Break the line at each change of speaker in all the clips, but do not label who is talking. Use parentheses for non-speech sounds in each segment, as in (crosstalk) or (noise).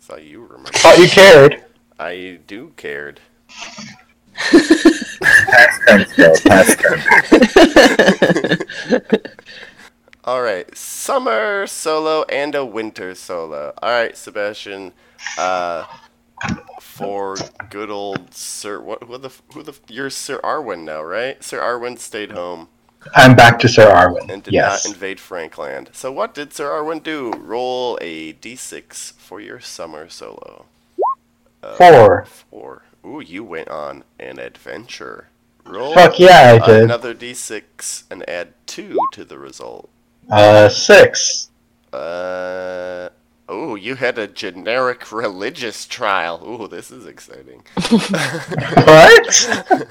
thought you remember.
Thought you cared.
I do cared.
Past tense, Joe. Past tense.
All right, summer solo and a winter solo. All right, Sebastian, uh, for good old Sir, what who the who the you're Sir Arwen now, right? Sir Arwen stayed home
I'm back to Sir Arwen.
and did
yes.
not invade Frankland. So what did Sir Arwen do? Roll a d6 for your summer solo. Uh,
Four.
Four. Ooh, you went on an adventure. Roll
Fuck yeah, I did.
another d6 and add two to the result.
Uh, six.
Uh oh, you had a generic religious trial. Ooh, this is
(laughs)
exciting. (laughs)
What?
Uh,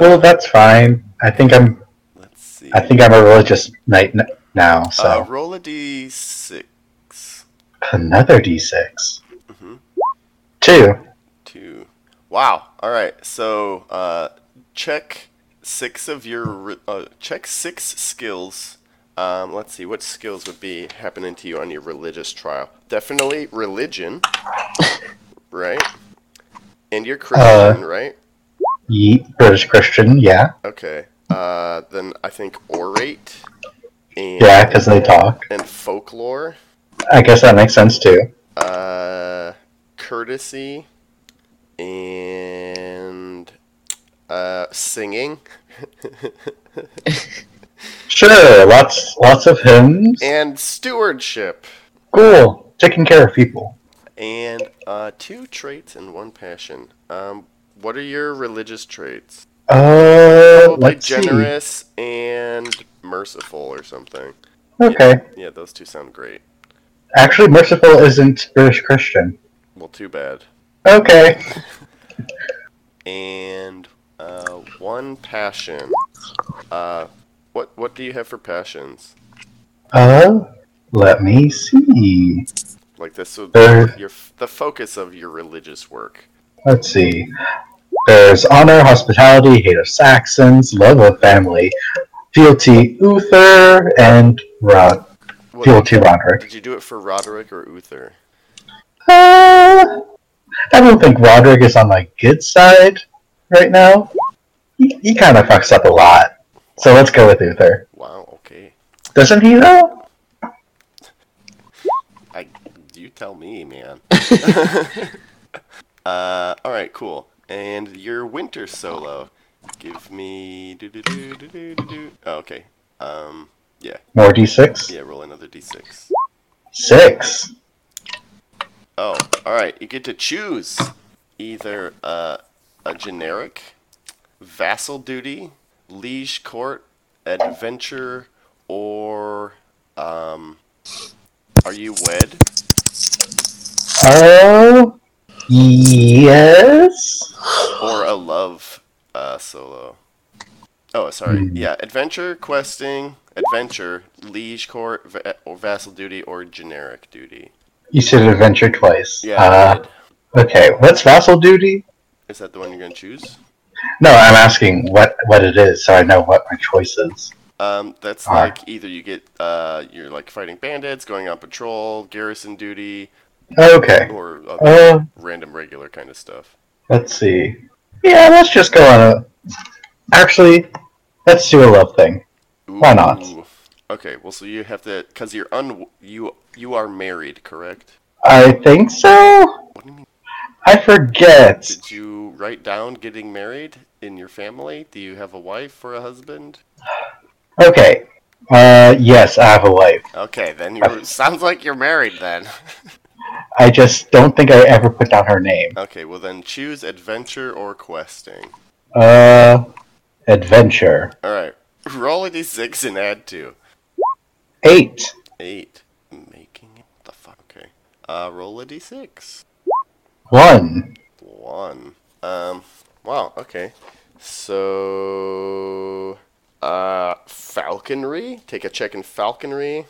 well, that's fine. I think I'm.
Let's see.
I think I'm a religious knight n- now. So
uh, roll a d6.
another d6.
Mhm.
Two.
Two. Wow. All right. So, uh, check six of your re- uh, check six skills. Um, let's see what skills would be happening to you on your religious trial. Definitely religion, (coughs) right? And you're Christian, right?
Ye British Christian. Yeah.
Okay. Uh, then I think orate and
Yeah, because they talk.
and folklore,
I guess that makes sense too.
uh, courtesy, and uh, singing, (laughs)
Sure. Lots. Lots of hymns.
and stewardship,
Cool. Taking care of people.
and uh, two traits and one passion. Um, what are your religious traits?
Uh,
Probably
let's see.
generous and merciful, or something.
Okay.
Yeah, those two sound great.
Actually, merciful isn't British Christian.
Well, too bad.
Okay.
and uh, one passion. Uh, what what do you have for passions?
Uh, let me see.
Like this would
There.
your the focus of your religious work.
Let's see. There's honor, hospitality, hate of Saxons, love of family, fealty Uther, and Rod-
What-
fealty Roderick.
did you do it for Roderick or Uther?
Uh, I don't think Roderick is on my good side right now. He, he kind of fucks up a lot. So let's go with Uther.
Wow. Okay.
Doesn't he though?
I you tell me, man. (laughs) uh, all right. Cool. And your winter solo. Give me. do do do do do do do. Oh, okay. Um. Yeah.
More d6?
Yeah. Roll another d6.
Six.
Oh, all right. You get to choose either uh, a generic, vassal duty, liege court, adventure, or um, are you wed?
Oh, yes.
Or a love uh, solo? Oh, sorry.
Hmm.
Yeah, adventure, questing, adventure, liege court, va- or vassal duty, or generic duty.
You said adventure twice.
Yeah.
Uh,
wed.
okay. What's vassal duty?
Is that the one you're gonna choose?
No, I'm asking what what it is, so I know what my choice is.
Um, that's
All right.
like either you get uh, you're like fighting bandits, going on patrol, garrison duty,
Okay.
or other
Uh,
random regular kind of stuff.
let's see. Yeah, let's just go on a. Actually, let's do a love thing. Why not?
Ooh. Okay, well, so you have to because you're un you you are married, correct?
I think so.
What do you mean?
I forget.
Did you write down getting married in your family? Do you have a wife or a husband?
Okay. Uh, yes, I have a wife.
Okay, then you sounds like you're married then. (laughs)
I just don't think I ever put down her name.
okay, well then choose adventure or questing.
Uh, adventure
All right, (laughs) roll a d6 and add two.
eight.
Eight. Making it. What the fuck? Okay. Uh, roll a d6.
One.
One. Um. Wow. Okay. So. Uh, falconry. Take a check in falconry.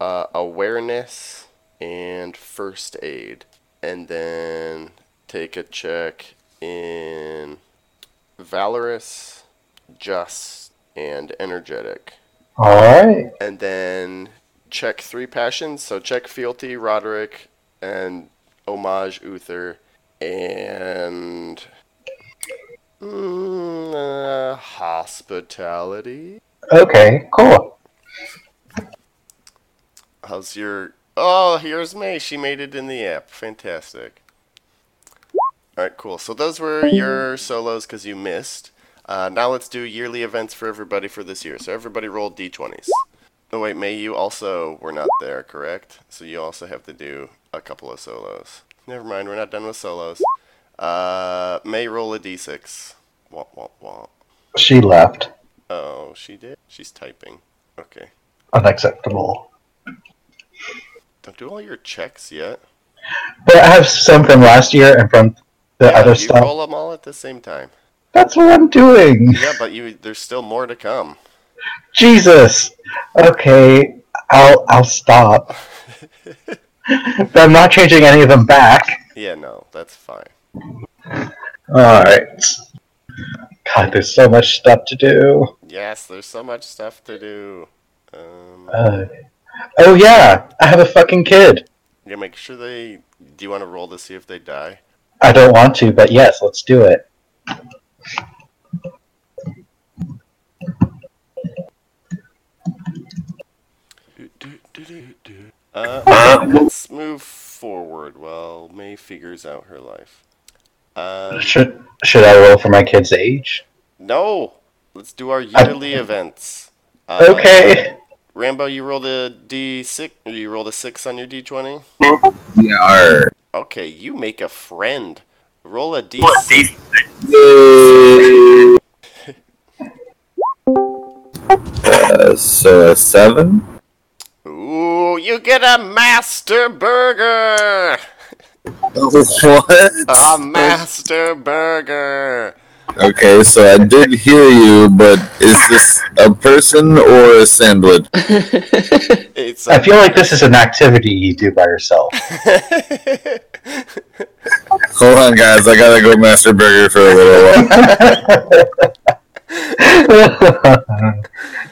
Uh, awareness and first aid, and then take a check in valorous, just, and energetic.
All right.
and then check three passions. So check fealty, Roderick, and homage Uther and mm, uh, hospitality.
Okay, cool.
How's your? Oh, here's May. She made it in the app. Fantastic. All right, cool. So those were your solos because you missed. Uh, now let's do yearly events for everybody for this year. So everybody rolled d20s. Oh wait, May, you also were not there, correct? So you also have to do a couple of solos. Never mind, we're not done with solos. Uh, May roll a d6. Womp womp womp.
She left.
Oh, she did. She's typing. Okay.
Unacceptable.
Don't do all your checks yet.
But I have some from last year and from the
Yeah,
other
you
stuff.
roll them all at the same time.
That's what I'm doing.
Yeah, but you there's still more to come.
Jesus. Okay, I'll
(laughs)
I'll stop. but I'm not changing any of them back.
Yeah, no, that's fine.
All right. God, there's so much stuff to do.
Yes, there's so much stuff to do. Um,
Uh, oh yeah, I have a fucking kid.
yeah, make sure they. Do you want to roll to see if they die?
I don't want to, but yes, let's do it.
Uh, let's move forward while May figures out her life. Um,
Should should I roll for my kid's age?
no, let's do our yearly events. Uh,
Okay.
Rambo, you rolled a D six. You rolled a six on your D twenty.
We are.
Okay, you make a friend. Roll a D.
Yay! Uh, so a seven.
Ooh, you get a master burger.
What?
A master burger.
Okay, so I did hear you, but is this a person or a sandwich?
It's
I
a-
feel like this is an activity you do by yourself. (laughs)
Hold on, guys. I gotta go master burger for a little while.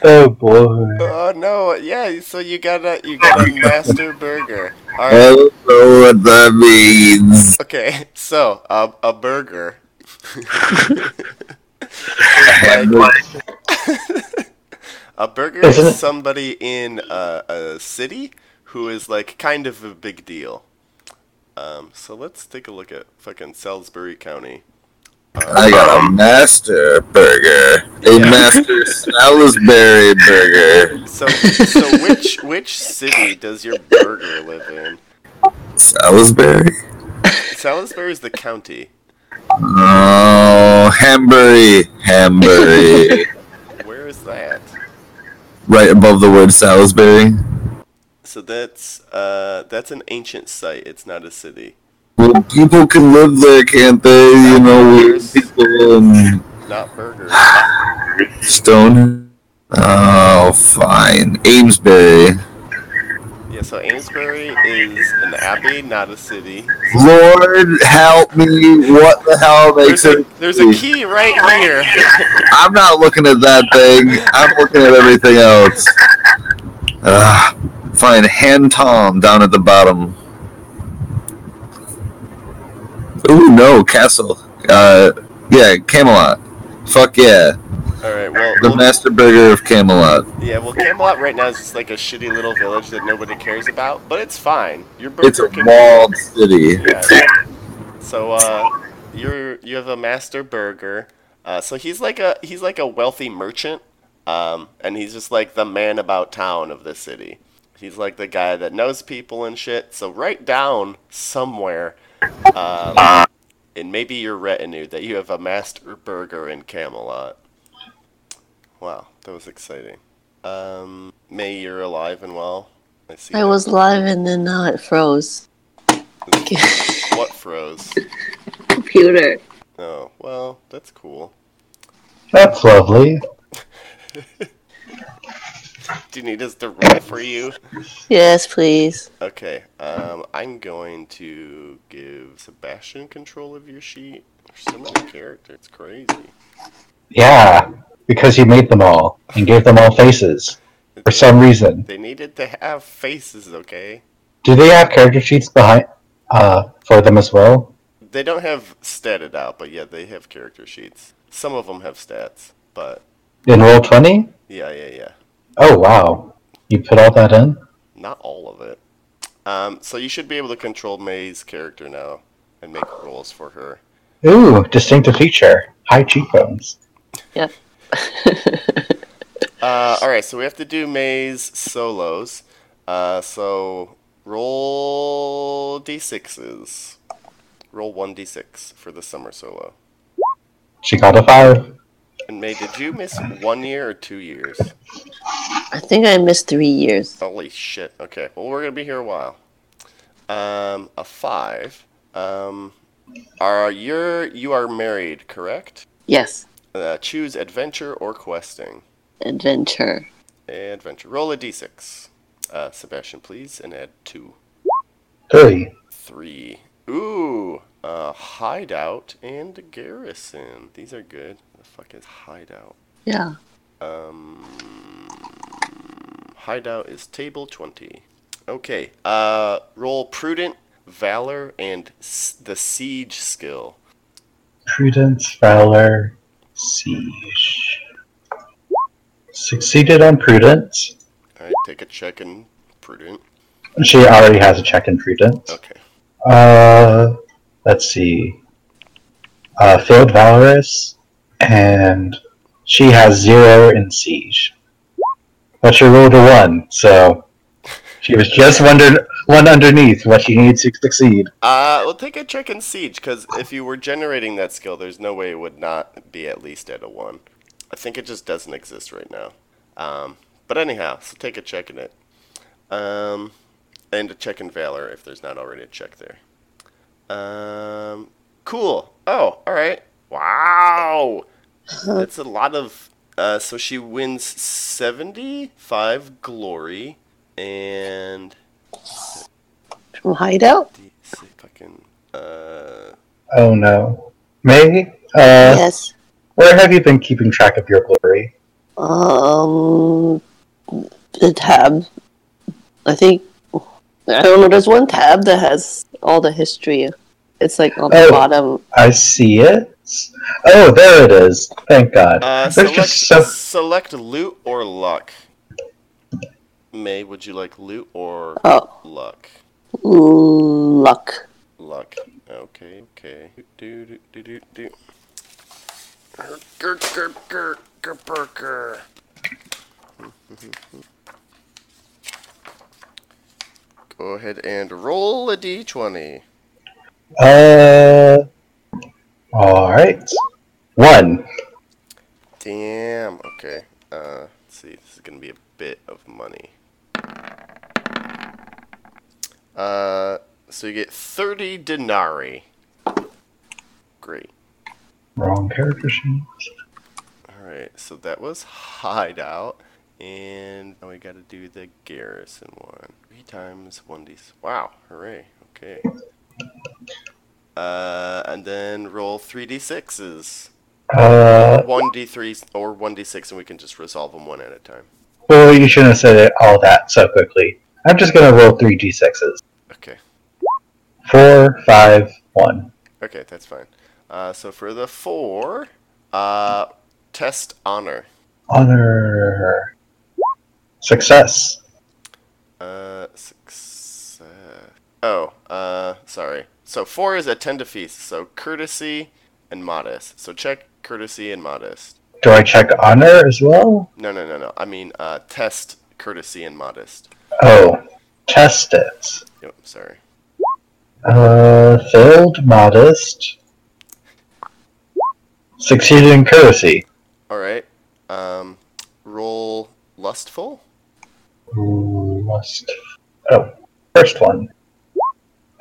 oh boy.
(laughs) oh no! Yeah, so you got a you got
(laughs)
a master burger. All
I
right.
don't know what that means.
Okay, (laughs) so um, a burger. a burger
Isn't it-
is somebody in a, a city who is like kind of a big deal. Um, so let's take a look at fucking Salisbury County.
I got a master burger, a
Yeah.
master Salisbury burger,
So, so which which city does your burger live in?
Salisbury.
Salisbury is the county.
Oh, Hambury, Hambury,
Where is that?
right above the word Salisbury.
So that's uh that's an ancient site. It's not a city.
Well, people can live there, can't they? You know, weird people and
Not burgers.
stone. Oh, fine. Amesbury.
Yeah, so Amesbury is an abbey, not a city.
Lord help me! What the hell makes
There's a,
it?
there's a key right here.
I'm not looking at that thing. I'm looking at everything else. Ah, fine. Hand Tom down at the bottom. Ooh, no, Castle. Uh, yeah, Camelot. Fuck yeah.
All right, well,
The
well,
Master Burger of Camelot.
yeah, well, Camelot right now is just like a shitty little village that nobody cares about, but it's fine. Your burger
It's a
can-
walled city.
Yeah. (laughs) So uh, you're you have a master burger. Uh, so he's like a he's like a wealthy merchant, um, and he's just like the man about town of the city. He's like the guy that knows people and shit. So write down somewhere, um, and maybe your retinue that you have a master burger in Camelot. Wow, that was exciting. Um, May you're alive and well. I see.
I
that.
was live and then now it froze.
What froze?
Computer.
Oh, well, that's cool.
That's lovely.
Do you need us to roll for you?
Yes, please.
Okay, um, I'm going to give Sebastian control of your sheet. There's so many characters, it's crazy.
Yeah, because you made them all and gave them all faces for some reason.
They needed to have faces, okay?
Do they have character sheets behind uh, for them as well?
They don't have statted out, but yeah, they have character sheets. Some of them have stats, but
In roll twenty?
yeah, yeah, yeah.
Oh wow, you put all that in?
Not all of it. Um, so you should be able to control May's character now and make rolls for her.
Ooh, distinctive feature: high cheekbones.
Uh, all right, so we have to do May's solos. Uh, so roll d6s. Roll 1d6 for the summer solo.
She got a five.
And May, did you miss one year or two years?
I think I missed three years.
Holy shit. Okay. Well, we're gonna be here a while. Um, a five. Um, are you're you are married, correct?
Yes.
Uh, choose adventure or questing.
Adventure.
Adventure. Roll a d6. Uh, Sebastian, please, and add two,
Three.
three. Ooh. Uh, hideout and garrison. These are good. The fuck is hideout?
Yeah.
Um, hideout is table 20. Okay, uh, roll prudent, valor, and s- the siege skill.
Prudence, valor, siege. Succeeded on prudence.
Alright, take a check in prudent.
She already has a check in prudence.
Okay.
Uh, let's see. Uh, failed valorous, and she has zero in siege. But she rolled a one, so she was just wondered one underneath what she needs to succeed.
Uh, well, take a check in siege, because if you were generating that skill, there's no way it would not be at least at a 1. I think it just doesn't exist right now. Um, but anyhow, so take a check in it. Um, and a check in valor if there's not already a check there. Um, cool. Oh, all right. Wow. That's a lot of. Uh, so she wins 75 glory and
From Hideout?
d fucking. Uh,
Oh no, May. Uh,
Yes.
where have you been keeping track of your glory?
Um, the tab. I think. I don't know. There's one tab that has all the history. It's like on the
Oh.
bottom.
I see it. Oh, there it is. Thank God.
Uh,
There's
select,
just so
select loot or luck. May, would you like loot or
Oh,
luck?
luck.
Luck. Okay, okay. Do, do, do, do, do. Go ahead and roll a d20.
Uh, all right. One.
Damn. Okay. Uh, let's see. This is gonna be a bit of money. Uh, so you get thirty denarii. Great.
Wrong character sheet.
All right. So that was hideout, and now we gotta do the garrison one. Three times one d. Wow! Hooray! Okay. Uh, and then roll three d sixes.
Uh,
One d three or one d six, and we can just resolve them one at a time.
well, you shouldn't have said it all that so quickly. I'm just gonna roll three d6s.
Okay.
Four, five, one.
Okay, that's fine. Uh, so for the four, uh, test honor.
Honor. Success.
Uh, success. Oh, uh, sorry. So four is attend to feast. So courtesy and modest. So check courtesy and modest.
Do I check honor as well?
No, no, no, no. I mean, uh, test courtesy and modest.
Oh, test it.
Yep, sorry.
Uh, failed modest. Succeeded in courtesy.
All right. Um, roll lustful.
Ooh, Must. Oh, first one.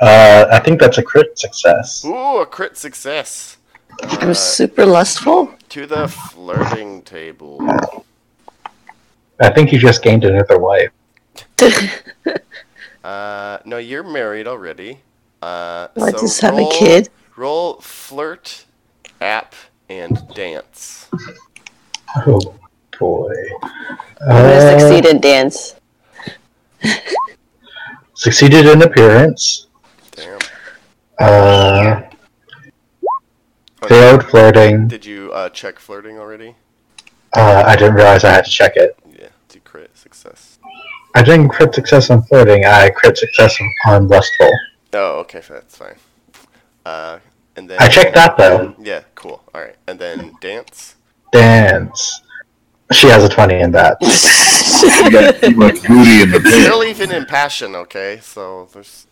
Uh, I think that's a crit success.
Ooh, a crit success.
I'm
Uh,
super lustful.
to the flirting table.
I think you just gained another wife.
Uh, no, you're married already. Uh,
I
so
just have a
roll-
kid.
Roll flirt, app, and dance.
Oh boy.
I'm
Uh,
gonna succeed
(laughs)
in dance. (laughs)
Succeeded in appearance.
Damn.
Uh,
What-
failed flirting.
Oh, Did you uh, check flirting already?
Uh, I didn't realize I had to check it.
Yeah, to crit success.
I didn't crit success on flirting. I crit success on lustful.
Oh, okay, that's fine. Uh, and then
I checked that though.
Yeah, cool. All right, and then dance.
Dance. She has a twenty in that.
You got too much booty in the pants.
Still even in passion, okay? So there's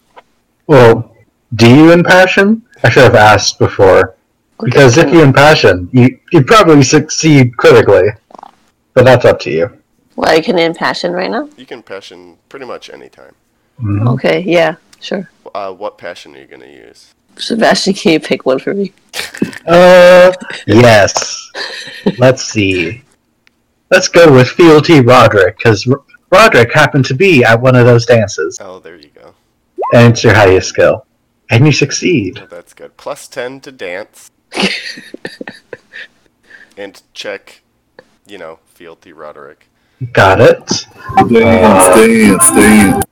Well, do you impassion? I should have asked before. Because if you impassion, you you probably succeed critically. But that's up to you.
well, I can impassion right
Mm-hmm.
now.
you can passion pretty much any time.
Mm.
Okay, yeah, sure.
Uh, what passion are you gonna use?
Sebastian, can you pick one for me?
Uh, yes. Let's see. Let's go with Fealty Roderick, because Roderick happened to be at one of those dances.
Oh, there you go.
And it's your highest skill. And you succeed.
Oh, that's good. Plus ten to dance. and check, you know, fealty Roderick.
Got it.
Dance, dance, dance.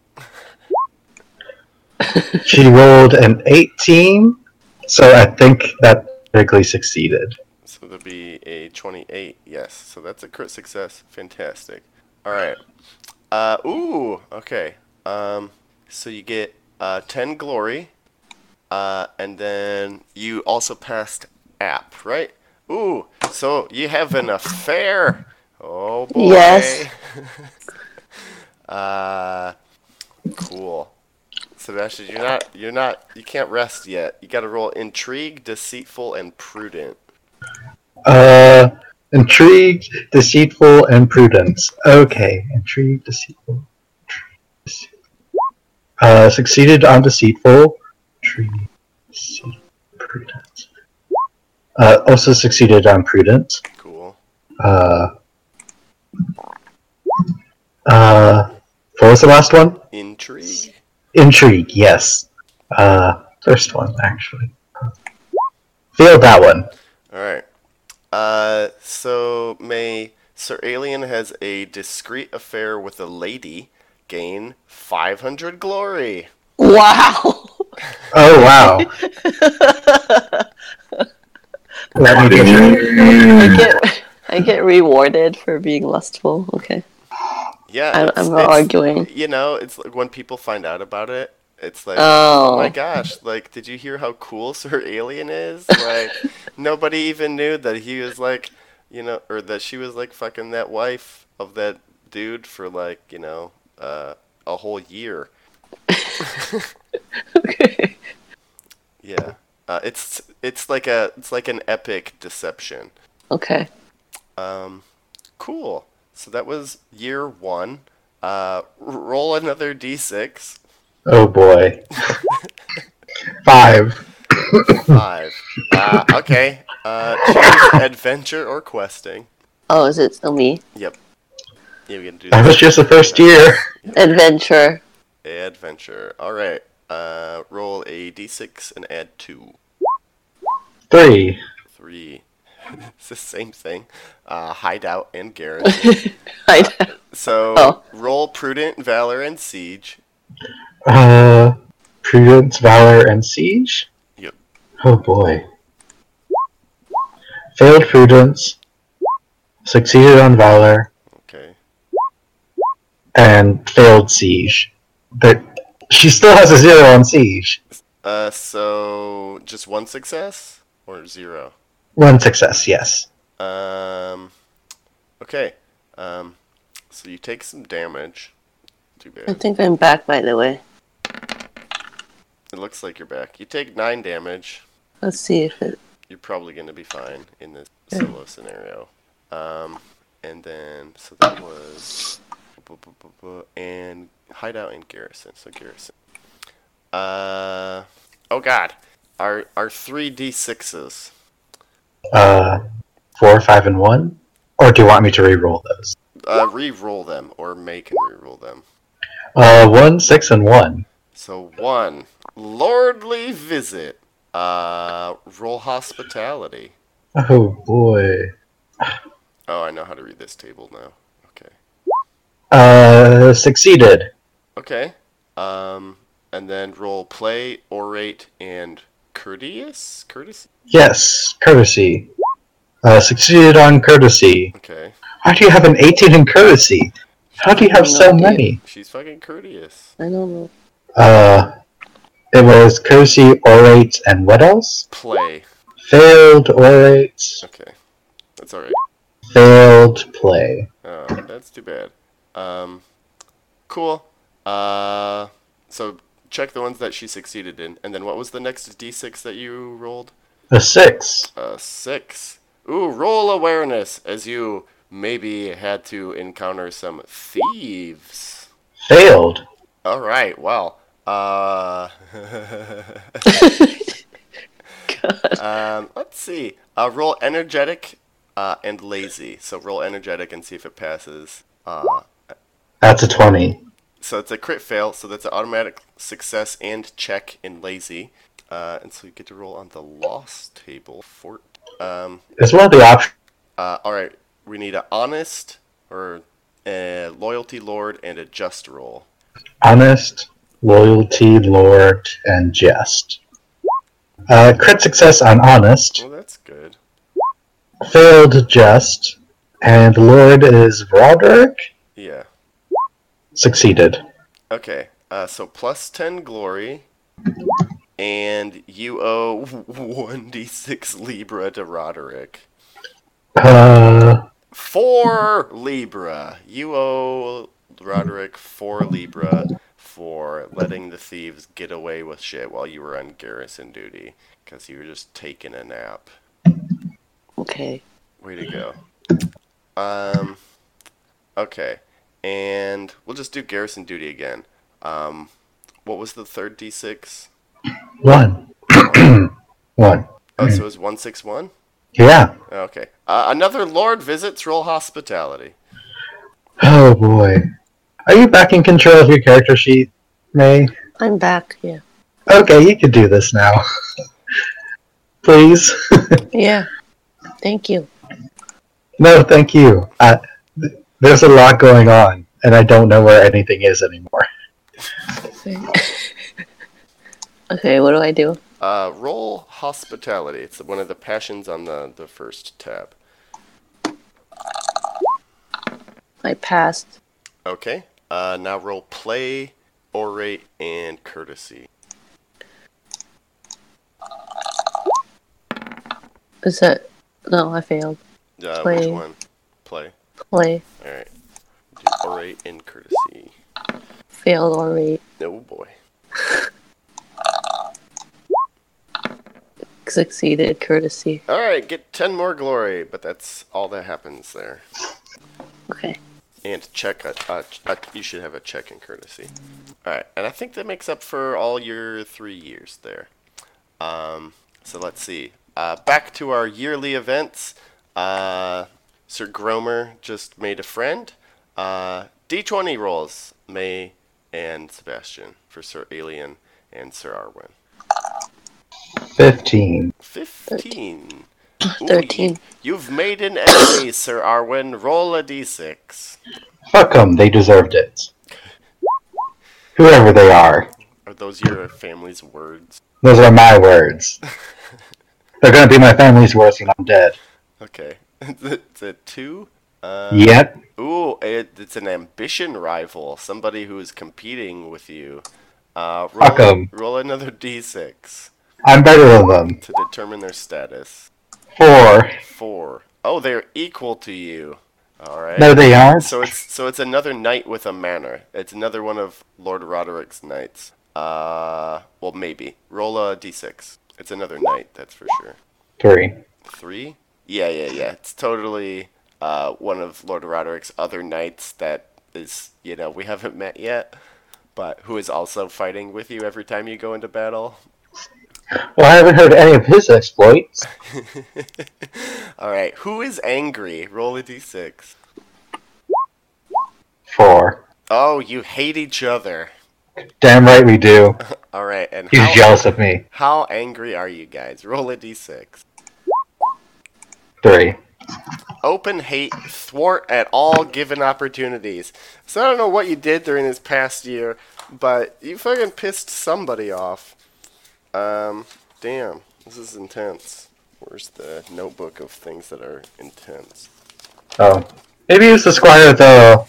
She rolled an 18, so I think that critically succeeded.
So that'll be a 28. Yes. So that's a crit success. Fantastic. All right. Uh, ooh. Okay. Um, so you get uh, 10 glory. Uh, and then you also passed app, right? Ooh. So you have an affair. Oh boy.
Yes.
(laughs) uh, cool. Sebastian, you're not, you're not, you can't rest yet. You got to roll intrigue, deceitful, and prudent.
Uh, intrigued, deceitful, and prudence. Okay, intrigued, deceitful. deceitful. Uh, succeeded on deceitful. Intrigued, deceitful, prudence. Uh, also succeeded on prudence.
Cool.
Uh, uh, what was the last one?
Intrigue.
Intrigue, yes. Uh, first one, actually. Failed that one.
All right. Uh, so may Sir Alien has a discreet affair with a lady gain 500 glory.
Wow. (laughs)
Oh, wow. Let me get
I
Dance.
get I get rewarded for being lustful. Okay,
Yeah,
I'm,
it's-
I'm not
it's-
arguing.
You know, it's like when people find out about it, it's like,
Oh,
oh my gosh, like, did you hear how cool (laughs) Sir Alien is?
(laughs)
Like, nobody even knew that he was like, you know, or that she was like fucking that wife of that dude for like, you know, uh, a whole year.
okay.
Yeah. Uh, it's it's like a it's like an epic deception.
(laughs) okay.
Um, cool. So that was year one. Uh, r- roll another d6.
Oh boy. Five.
Five. Uh, okay. Uh, choose adventure or questing.
Oh, is it still me?
Yep. Yeah, we can do
That was
that.
just the first year.
Adventure.
Adventure. All right. Uh, roll a d6 and add two,
Three.
three. (laughs) it's the same thing. Uh, hideout and garrison.
I (laughs)
So
Oh.
roll prudent, valor, and siege.
Uh, prudence, valor, and siege.
Yep.
Oh boy. Failed prudence. Succeeded on valor
Okay.
and failed siege. But she still has a zero on siege.
Uh, so just one success or zero?
One success, yes.
Um, okay. Um, so you take some damage. Too
I
bad.
think I'm back. By the way,
It looks like you're back. You take nine damage.
let's see if it.
You're probably gonna be fine in this
Yeah.
solo scenario. Um, and then so that was and hideout and garrison. So garrison. Uh, oh god, our our three d sixes.
Uh, four, five, and one. Or do you want me to re-roll those?
Uh, re-roll them or make and re-roll them.
Uh, one, six, and one.
So one, lordly visit. Uh, roll hospitality.
Oh boy.
Oh, I know how to read this table now. Okay.
Uh, succeeded.
Okay. Um, and then roll play, orate, and courteous. Courtesy.
Yes, courtesy. Uh, succeeded on courtesy.
Okay.
How do you have an 18 in courtesy? How do you have so many?
She's fucking courteous.
I don't know.
Uh, it was courtesy, orate, and what else?
Play.
Failed orate,
Okay. That's all right.
failed play.
Oh, that's too bad. Um, cool. Uh, so check the ones that she succeeded in, and then what was the next d6 that you rolled?
A six.
Uh, six. Ooh, roll awareness as you maybe had to encounter some thieves.
Failed.
All right. Well. Uh. (laughs)
God.
um. Let's see. Uh, roll energetic, uh, and lazy. So roll energetic and see if it passes. Uh,
That's a 20.
So it's a crit fail, so that's an automatic success and check in lazy. Uh, and so you get to roll on the loss table. Fort. Um,
It's one of the options.
uh, all right, we need a honest or a loyalty lord and a just roll.
Honest, loyalty, lord, and jest. Uh, crit success on honest,
Well, that's good.
failed jest, and lord is Roderick.
Yeah.
Succeeded.
Okay. Uh, so plus ten glory, and you owe (laughs) one d six libra to Roderick.
Uh,
Four Libra. You owe Roderick four Libra for letting the thieves get away with shit while you were on garrison duty because you were just taking a nap.
Okay.
Way to go. Um, okay. And we'll just do garrison duty again. Um, what was the third d6?
one. (clears throat) one.
Oh, so it was 161?
Yeah.
Okay. Uh, another lord visits, roll hospitality.
Oh boy. Are you back in control of your character sheet, May?
I'm back. Yeah.
Okay, you can do this now. (laughs) Please. (laughs)
Yeah. Thank you. (laughs)
no, thank you. Uh, th- there's a lot going on, and I don't know where anything is anymore.
Okay. What do I do?
Uh, roll hospitality. It's one of the passions on the, the first tab.
I passed.
Okay. Uh, now roll play, orate, and courtesy.
Is that? No, I failed.
Uh, Which
Play.
one? Play.
Play
All right. Do orate and courtesy.
failed already.
Oh boy.
Succeeded. Courtesy.
All right. Get ten more glory, but that's all that happens there.
Okay.
And check. A, uh, ch- uh, you should have a check in courtesy. All right. And I think that makes up for all your three years there. Um, so let's see. Uh, back to our yearly events. Uh, Sir Gromer just made a friend. Uh, D20 rolls, May and Sebastian for Sir Alien and Sir Arwen.
Fifteen.
15. Ooh,
Thirteen.
you, have made an enemy, Sir Arwen. Roll a D6.
Fuck them. They deserved it. Whoever they are.
Are those your family's words?
Those are my words. They're gonna be my family's words when I'm dead.
Okay. (laughs) it's a two. Uh,
Yep.
Ooh, it, it's an ambition rival, somebody who is competing with you. Uh, roll,
Fuck 'em.
roll another d6
I'm better than them.
to determine their status.
Four.
Four. Oh, they're equal to you. All right.
No, they aren't.
So it's so it's another knight with a manor. It's another one of Lord Roderick's knights. Uh, well, maybe roll a d6. It's another knight, that's for sure.
Three.
Three? Yeah, yeah, yeah. It's totally uh, one of Lord Roderick's other knights that is, you know, we haven't met yet, but who is also fighting with you every time you go into battle.
Well, I haven't heard any of his exploits.
All right, who is angry? Roll a d6.
Four.
Oh, you hate each other.
Damn right we do.
All right, and
He's
how,
jealous of me.
how angry are you guys? Roll a d6.
Three.
open hate, thwart at all given opportunities. So I don't know what you did during this past year, But you fucking pissed somebody off. Um, damn, this is intense. Where's the notebook of things that are intense?
Oh. Maybe it was the squire the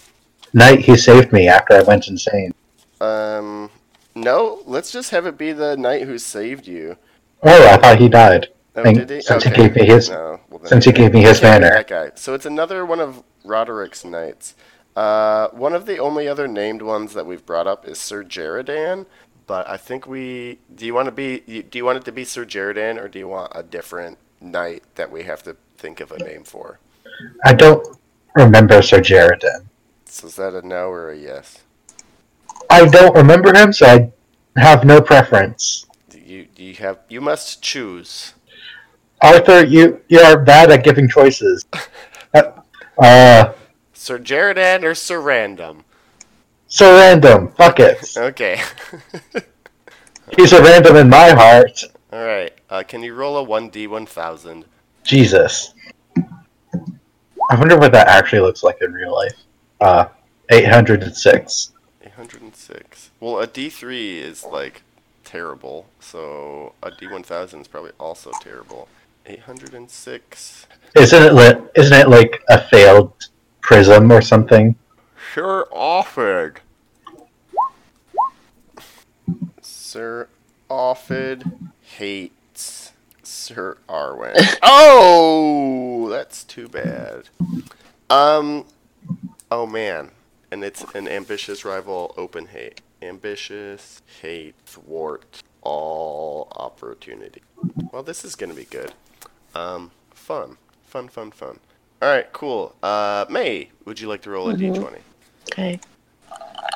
night he saved me after I went insane.
Um, no, let's just have it be the knight who saved you.
Oh, I thought he died.
Oh,
Thank-
did he?
since he
okay.
gave me his-
no, well then-
Since he gave me his
Okay,
banner.
That guy. So it's another one of Roderick's knights. Uh, one of the only other named ones that we've brought up is Sir Jeridan, but I think we. Do you want to be? you- Do you want it to be Sir Jeridan, or do you want a different knight that we have to think of a name for?
I don't remember Sir Jaredin.
So is that a no or a yes?
I don't remember him, so I have no preference.
Do You do you have you must choose.
Arthur, you you are bad at giving choices. Uh, uh
Sir Jeridan or Sir Random?
so random. Fuck it.
Okay. (laughs)
He's a random in my heart.
All right. Uh, can you roll a one d one thousand?
Jesus. I wonder what that actually looks like in real life. Uh, 806.
806. Well, a D3 is like terrible, so a D1000 is probably also terrible. 806.
Isn't it li- Isn't it like a failed prism or something?
Sure offered. Sir Offid hates Sir Arwen. (laughs) oh, that's too bad. Um, oh man, and it's an ambitious rival, open hate, ambitious hate, thwart all opportunity. Well, this is gonna be good. Um, fun, fun, fun, fun. All right, cool. Uh, May, would you like to roll a
Mhm.
twenty?
Okay.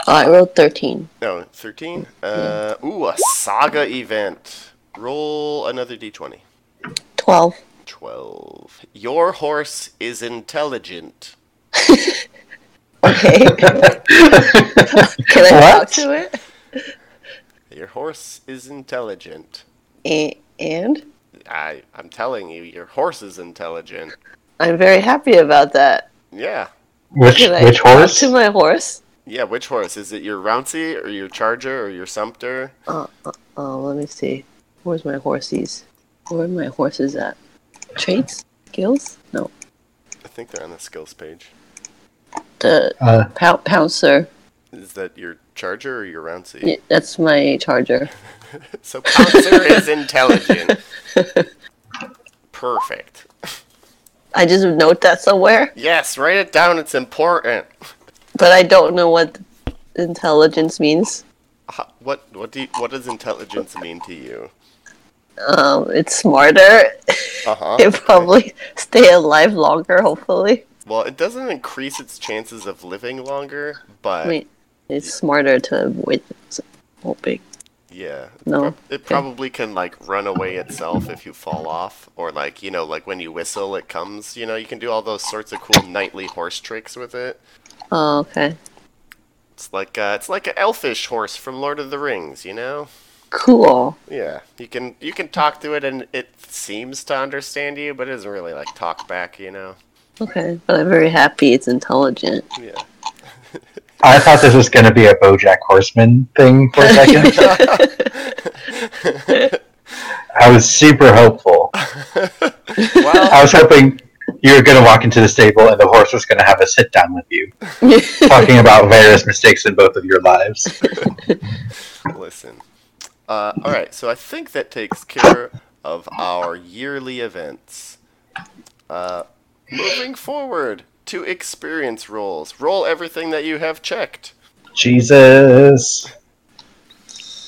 Oh, I rolled 13.
No, 13? Uh, ooh, a saga event. Roll another d20.
12.
12. Your horse is intelligent.
(laughs)
(laughs)
Okay. Can I
What?
talk to it?
Your horse is intelligent.
A- and
I, I'm telling you, your horse is intelligent.
I'm very happy about that.
Yeah.
which
Can I
which
talk
horse?
To my horse.
Yeah, which horse? Is it your Rouncy or your Charger or your Sumpter?
Uh, uh, uh, let me see. Where's my horsies? Where are my horses at? Traits? Skills? No.
I think they're on the skills page.
The
Uh,
pou- pouncer.
Is that your Charger or your Rouncy?
Yeah, That's my charger.
So Pouncer is intelligent. Perfect.
I just note that somewhere,
Yes, write it down. It's important.
but I don't know what intelligence means.
Ho- What what do you, what does intelligence mean to you?
Um, it's smarter. (laughs)
Uh huh.
It probably stay alive longer, hopefully.
Well, it doesn't increase its chances of living longer, but
I mean, it's smarter to avoid things, hoping.
yeah, it
No,
prob- it probably can like run away itself if you fall off, or like you know, like when you whistle, it comes. You know, you can do all those sorts of cool knightly horse tricks with it.
Oh, okay.
It's like uh, it's like an elfish horse from Lord of the Rings. You know.
Cool.
Yeah, you can you can talk to it and it seems to understand you, but it doesn't really like talk back, you know.
Okay, but I'm very happy it's intelligent.
Yeah.
I thought this was going to be a BoJack Horseman thing for a
(laughs)
second. I was super hopeful.
(laughs) well,
I was hoping you were going to walk into the stable and the horse was going to have a sit down with you, talking about various mistakes in both of your lives.
(laughs) listen. Uh, all right, so I think that takes care of our yearly events. Uh, moving forward to experience rolls. Roll everything that you have checked.
Jesus.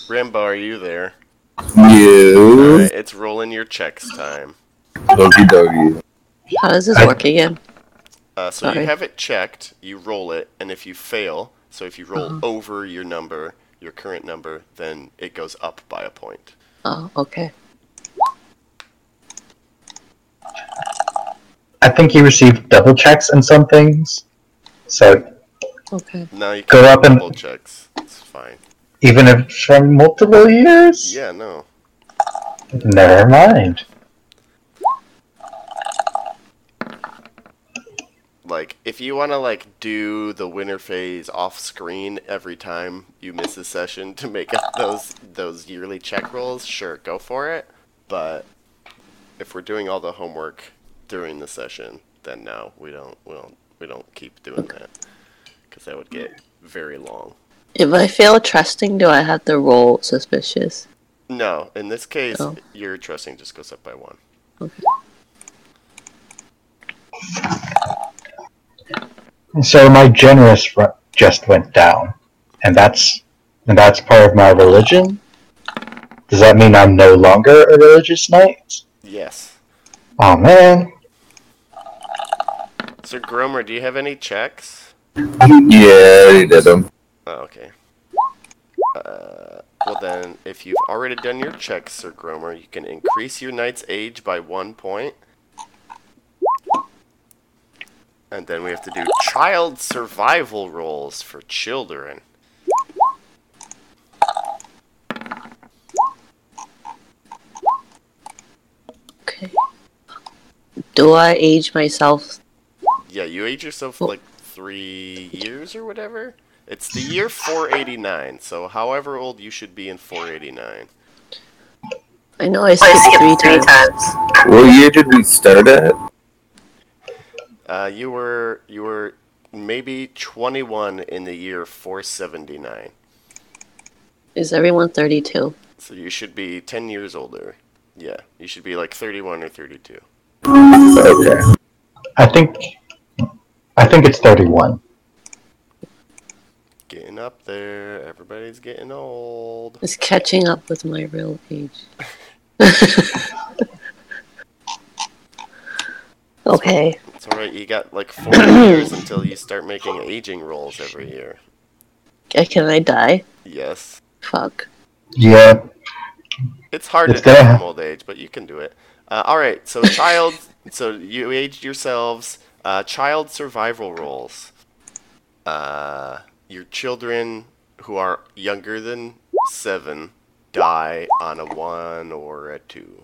Rambo, are you there? All
You.
right, it's rolling your checks time.
Okie dokie.
How does this
I-
work again?
Uh, so you
Sorry.
have it checked, you roll it, and if you fail, so if you roll
Uh-huh.
over your number, your current number, then it goes up by a point.
Oh, okay.
I think he received double checks and some things. So
Okay.
Now you
Go
can
up and-
double checks. It's fine.
even if it's from multiple years?
Yeah, no.
Never mind.
like if you want to like do the winter phase off screen every time you miss a session to make up those those yearly check rolls, sure, go for it. But if we're doing all the homework during the session, then no, we don't we don't we don't keep doing that because that would get very long.
If I feel trusting, do I have to roll suspicious?
No, in this case,
Oh.
your trusting just goes up by one.
So my generous ru- just went down, and that's and that's part of my religion. Does that mean I'm no longer a religious knight?
Yes.
Oh man,
So Gromer, do you have any checks?
Yeah, he did him.
Oh, okay. Uh, well then, if you've already done your checks, Sir Gromer, you can increase your knight's age by one point. And then we have to do child survival rolls for children.
Okay. Do I age myself?
Yeah, you age yourself like three years or whatever. It's the year 489, so however old you should be in 489.
I know I
Please
skipped three
skip three
times.
times.
What year did we start at?
Uh, you were you were maybe 21 in the year 479,
Is everyone 32?
so you should be 10 years older. Yeah, you should be like 31 or 32.
Okay.
I think I think it's thirty-one.
Getting up there, everybody's getting old.
It's catching up with my real age. (laughs) okay.
It's alright, you got like 40 years until you start making aging rolls every year.
Okay, Can I die?
Yes,
Fuck.
Yeah,
it's hard
It's
to die
there.
from old age, but you can do it. Uh, all right, so child, so you aged yourselves. Uh, child survival roles. Uh, your children who are younger than seven die on a one or a two.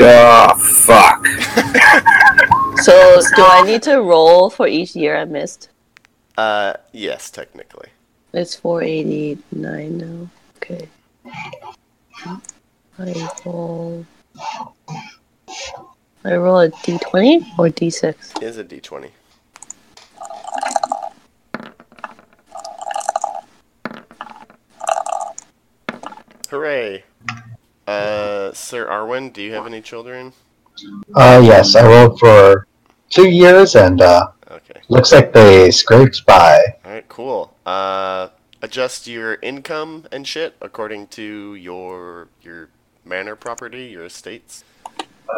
Ah, fuck.
So, do I need to roll for each year I missed?
Uh, yes, technically.
It's 489 now. Okay. I roll. I roll a d20 or d6?
It is a d20. Hooray! Uh, Sir Arwen, do you have any children?
uh, yes, I rolled for two years, and uh,
Okay.
looks like they scraped by.
All right, cool. Uh, adjust your income and shit according to your your manor property, your estates.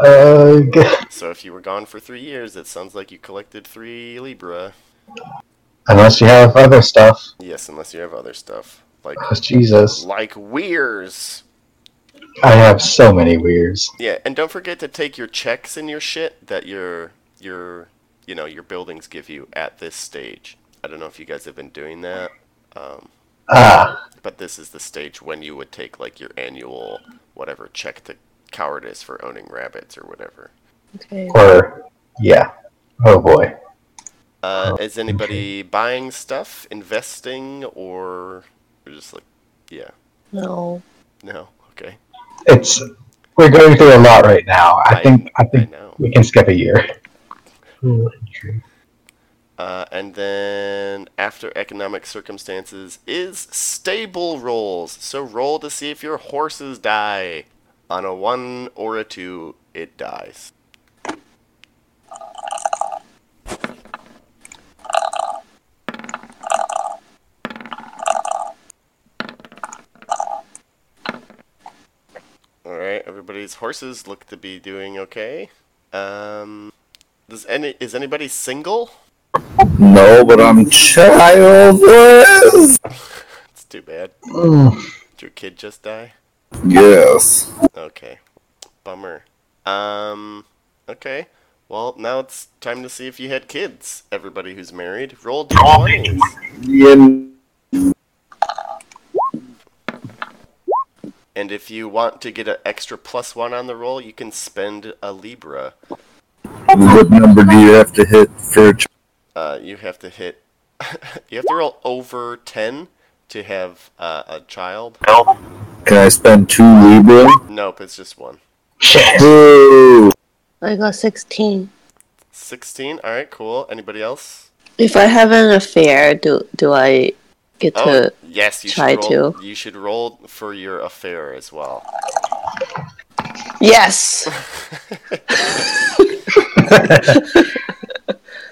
Uh, (laughs) g-
So if you were gone for three years, it sounds like you collected three libra.
unless you have other stuff.
Yes, unless you have other stuff like
Oh, Jesus,
like weirs.
I have so many weirds.
Yeah, and don't forget to take your checks and your shit that your your you know your buildings give you at this stage. I don't know if you guys have been doing that. Um,
Ah,
But this is the stage when you would take like your annual whatever check to cowardice for owning rabbits or whatever.
Okay.
or yeah. Oh boy.
Uh, is anybody buying stuff, investing, or or just like, yeah,
No.
no, okay,
it's we're going through a lot right now. I
I-
think I
I
think
know.
we can skip a year.
Uh, and then after economic circumstances is stable rolls. So roll to see if your horses die. On a one or a two, it dies. All right, everybody's horses look to be doing okay. Um, does any is anybody single?
No, but I'm childless.
It's too bad. Did your kid just die?
Yes.
Okay. Bummer. Um, okay. Well, now it's time to see if you had kids, everybody who's married. Roll d20s.
You
And if you want to get an extra plus one on the roll, you can spend a Libra.
What number do you have to hit for a ch-
uh, you have to hit. (laughs) you have to roll over ten to have uh, a child.
Can I spend two Libra?
Nope, it's just one.
Shit.
Woo!
I got 16.
Sixteen. All right, cool. Anybody else?
If I have an affair, do do I get
Oh,
to?
yes, you
try
should roll.
to.
You should roll for your affair as well.
Yes.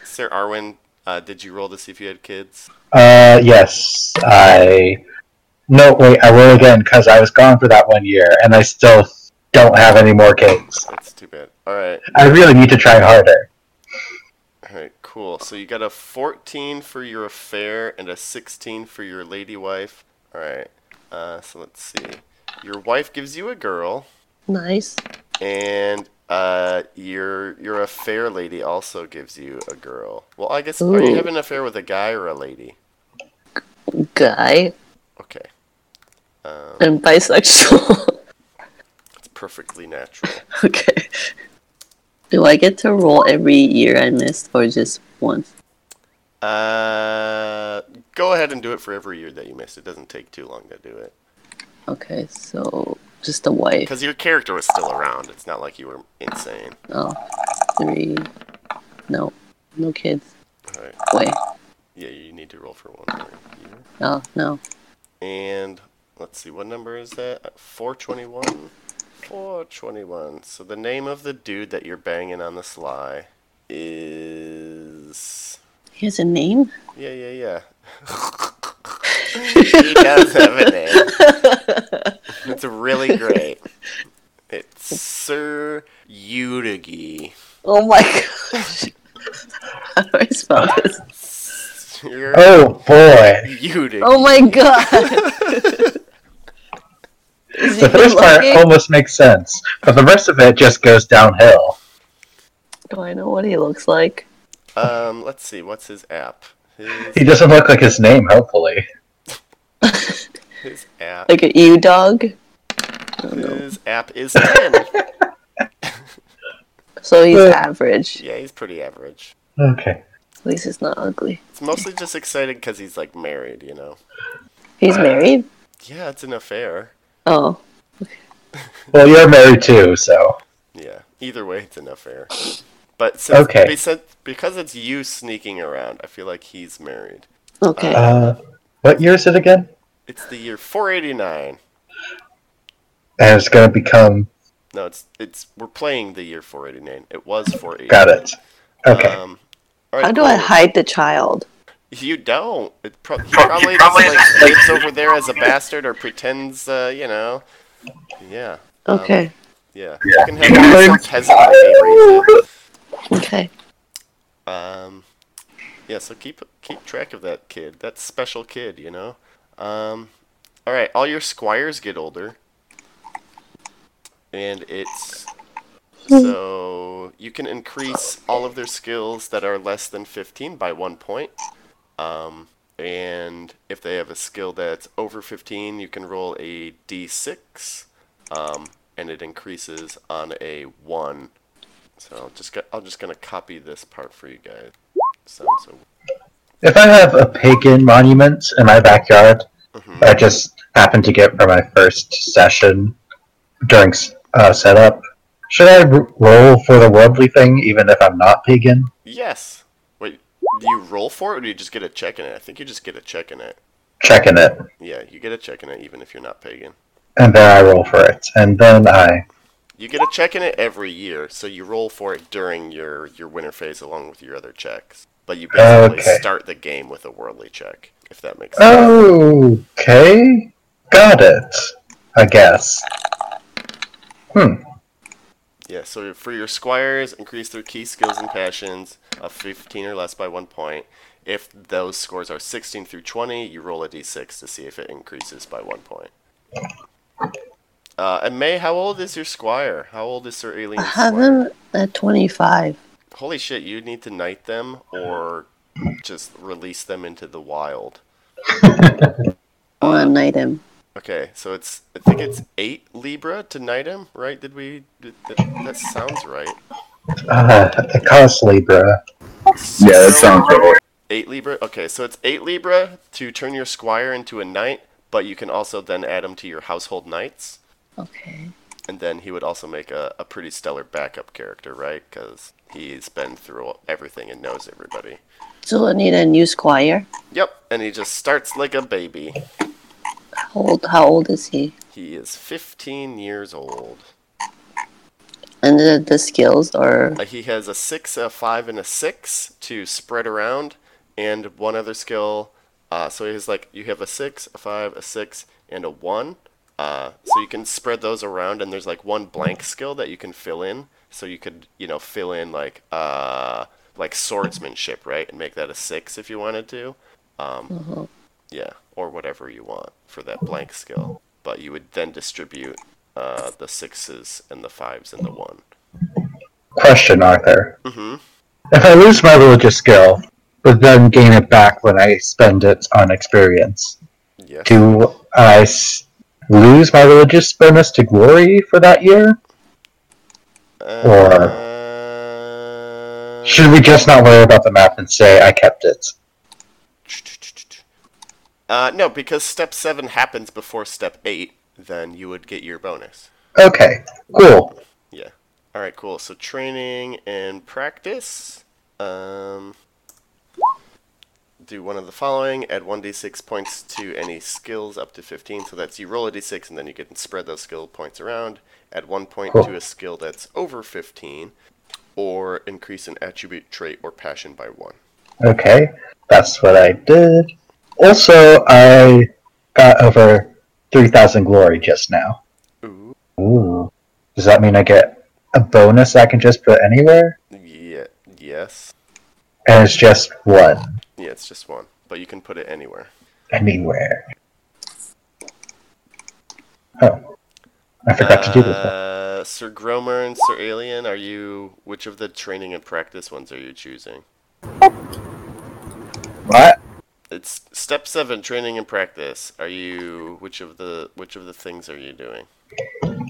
Sir Arwin, uh, did you roll to see if you had kids?
(laughs) Uh, yes, I. No, wait, I will again because I was gone for that one year, and I still don't have any more kids.
That's too bad. All right,
I really need to try harder.
all right, cool. So you got a 14 for your affair and a 16 for your lady wife. All right. Uh, so let's see. Your wife gives you a girl,
Nice.
and uh, your your affair lady also gives you a girl. Well, I guess are you
Ooh.
having an affair with a guy or a lady?
Guy.
Okay. Um,
I'm bisexual. (laughs)
it's perfectly natural.
okay. Do I get to roll every year I missed or just once?
Uh, go ahead and do it for every year that you missed. It doesn't take too long to do it
Okay, so just a wife.
because your character was still around. It's not like you were insane.
Oh, three. No, no kids.
All right.
Wait.
Yeah, you need to roll for one more year.
Oh no.
And let's see, what number is that? Four twenty-one. Four twenty-one. So the name of the dude that you're banging on the sly is.
He has a name.
Yeah, yeah, yeah. (laughs) he does have a name. It's really great. It's Sir Udagi.
Oh my (laughs) gosh. How do I spell this?
Sir
Oh boy,
Udagi.
Oh my god. (laughs) Is he
the
(laughs)
first part oh.
good-looking?
almost makes sense, but the rest of it just goes downhill.
Do I know what he looks like?
(laughs)
Um, let's see, what's his app? His,
He doesn't look like his name, hopefully.
his app.
Like a ewe dog?
His app is ten.
So he's
Yeah.
average.
yeah, he's pretty average.
Okay.
At least he's not ugly.
It's mostly just excited because he's like married, you know.
He's married?
Yeah, it's an affair.
Oh.
Well, you're married too, so
Yeah. Either way, it's an affair. But since
Okay.
because, because it's you sneaking around, I feel like he's married.
Okay.
uh, what year is it again?
It's the year 489.
And it's gonna become.
No, it's it's we're playing the year 489. It was 489.
Got it. Okay.
Um, all right,
How do I
cool.
hide the child?
You don't. It pro- he probably, (laughs) just, like lives over there as a bastard or pretends, uh, you know. Yeah,
Okay.
yeah. You can have
Yeah.
yourself hesitant to raise it.
Okay.
Um, yeah, so keep keep track of that kid. That special kid, you know. Um, all right, all your squires get older, and it's so you can increase all of their skills that are less than fifteen by one point. Um, and if they have a skill that's over fifteen, you can roll a d6, um, and it increases on a one so I'll just go, I'm just gonna copy this part for you guys. Sounds so.
If I have a pagan monument in my backyard,
Mhm.
that I just happened to get for my first session during uh, setup, should I r- roll for the worldly thing even if I'm not pagan?
Yes. Wait. Do you roll for it, or do you just get a check in it? I think you just get a check in it.
Checking it,
Yeah, you get a check in it even if you're not pagan.
and then I roll for it, and then I.
You get a check in it every year, so you roll for it during your your winter phase along with your other checks. But you basically
Okay. Oh,
start the game with a worldly check, if that makes sense.
Okay, got it. I guess. Hmm.
Yeah, so for your squires, increase their key skills and passions of 15 or less by one point. If those scores are 16 through 20, you roll a d6 to see if it increases by one point. Uh, and May, how old is your squire? How old is Sir
I
Alien's
have
squire?
him at 25.
Holy shit, you need to knight them or just release them into the wild.
I want to knight him.
Okay, so it's I think it's eight Libra to knight him, right? Did we? Did, that, that sounds right.
Uh, it costs Libra.
Yeah, that sounds right.
Eight Libra. Okay, so it's eight Libra to turn your squire into a knight, but you can also then add him to your household knights,
Okay.
and then he would also make a, a pretty stellar backup character, right? Because he's been through everything and knows everybody.
So I need a new squire.
Yep, and he just starts like a baby.
How old, how old is he?
He is 15 years old.
And the, the skills (laughs) are.
Uh, he has a six, a five, and a six to spread around, and one other skill. Uh, so he's like, you have a six, a five, a six, and a one. Uh, so you can spread those around, and there's like one blank skill that you can fill in. So you could, you know, fill in like, uh, like swordsmanship, right, and make that a six if you wanted to. Um,
uh
yeah, or whatever you want for that blank skill. But you would then distribute uh, the sixes and the fives and the one.
Question, Arthur.
Mm-hmm.
If I lose my religious skill, but then gain it back when I spend it on experience,
Yes.
do I s- lose my religious bonus to glory for that year? Or-
Uh,
Should we just not worry about the map and say I kept it?
Uh, no, because step seven happens before step eight, then you would get your bonus.
Okay, cool.
All right, cool. So training and practice. Um, do one of the following: add one d6 points to any skills up to 15. So that's you roll a d6 and then you can spread those skill points around. Add one point
Cool.
to a skill that's over 15, or increase an attribute, trait, or passion by one.
Okay, that's what I did. Also, I got over 3,000 glory just now.
Ooh.
Ooh. Does that mean I get a bonus I can just put anywhere?
Yeah. Yes.
And it's just one.
Yeah, it's just one, but you can put it anywhere.
Anywhere. Oh. I forgot to do this. one.
Uh, Sir Gromer and Sir Alien, are you? Which of the training and practice ones are you choosing?
What?
It's step seven, training and practice. Are you? Which of the which of the things are you doing? (laughs)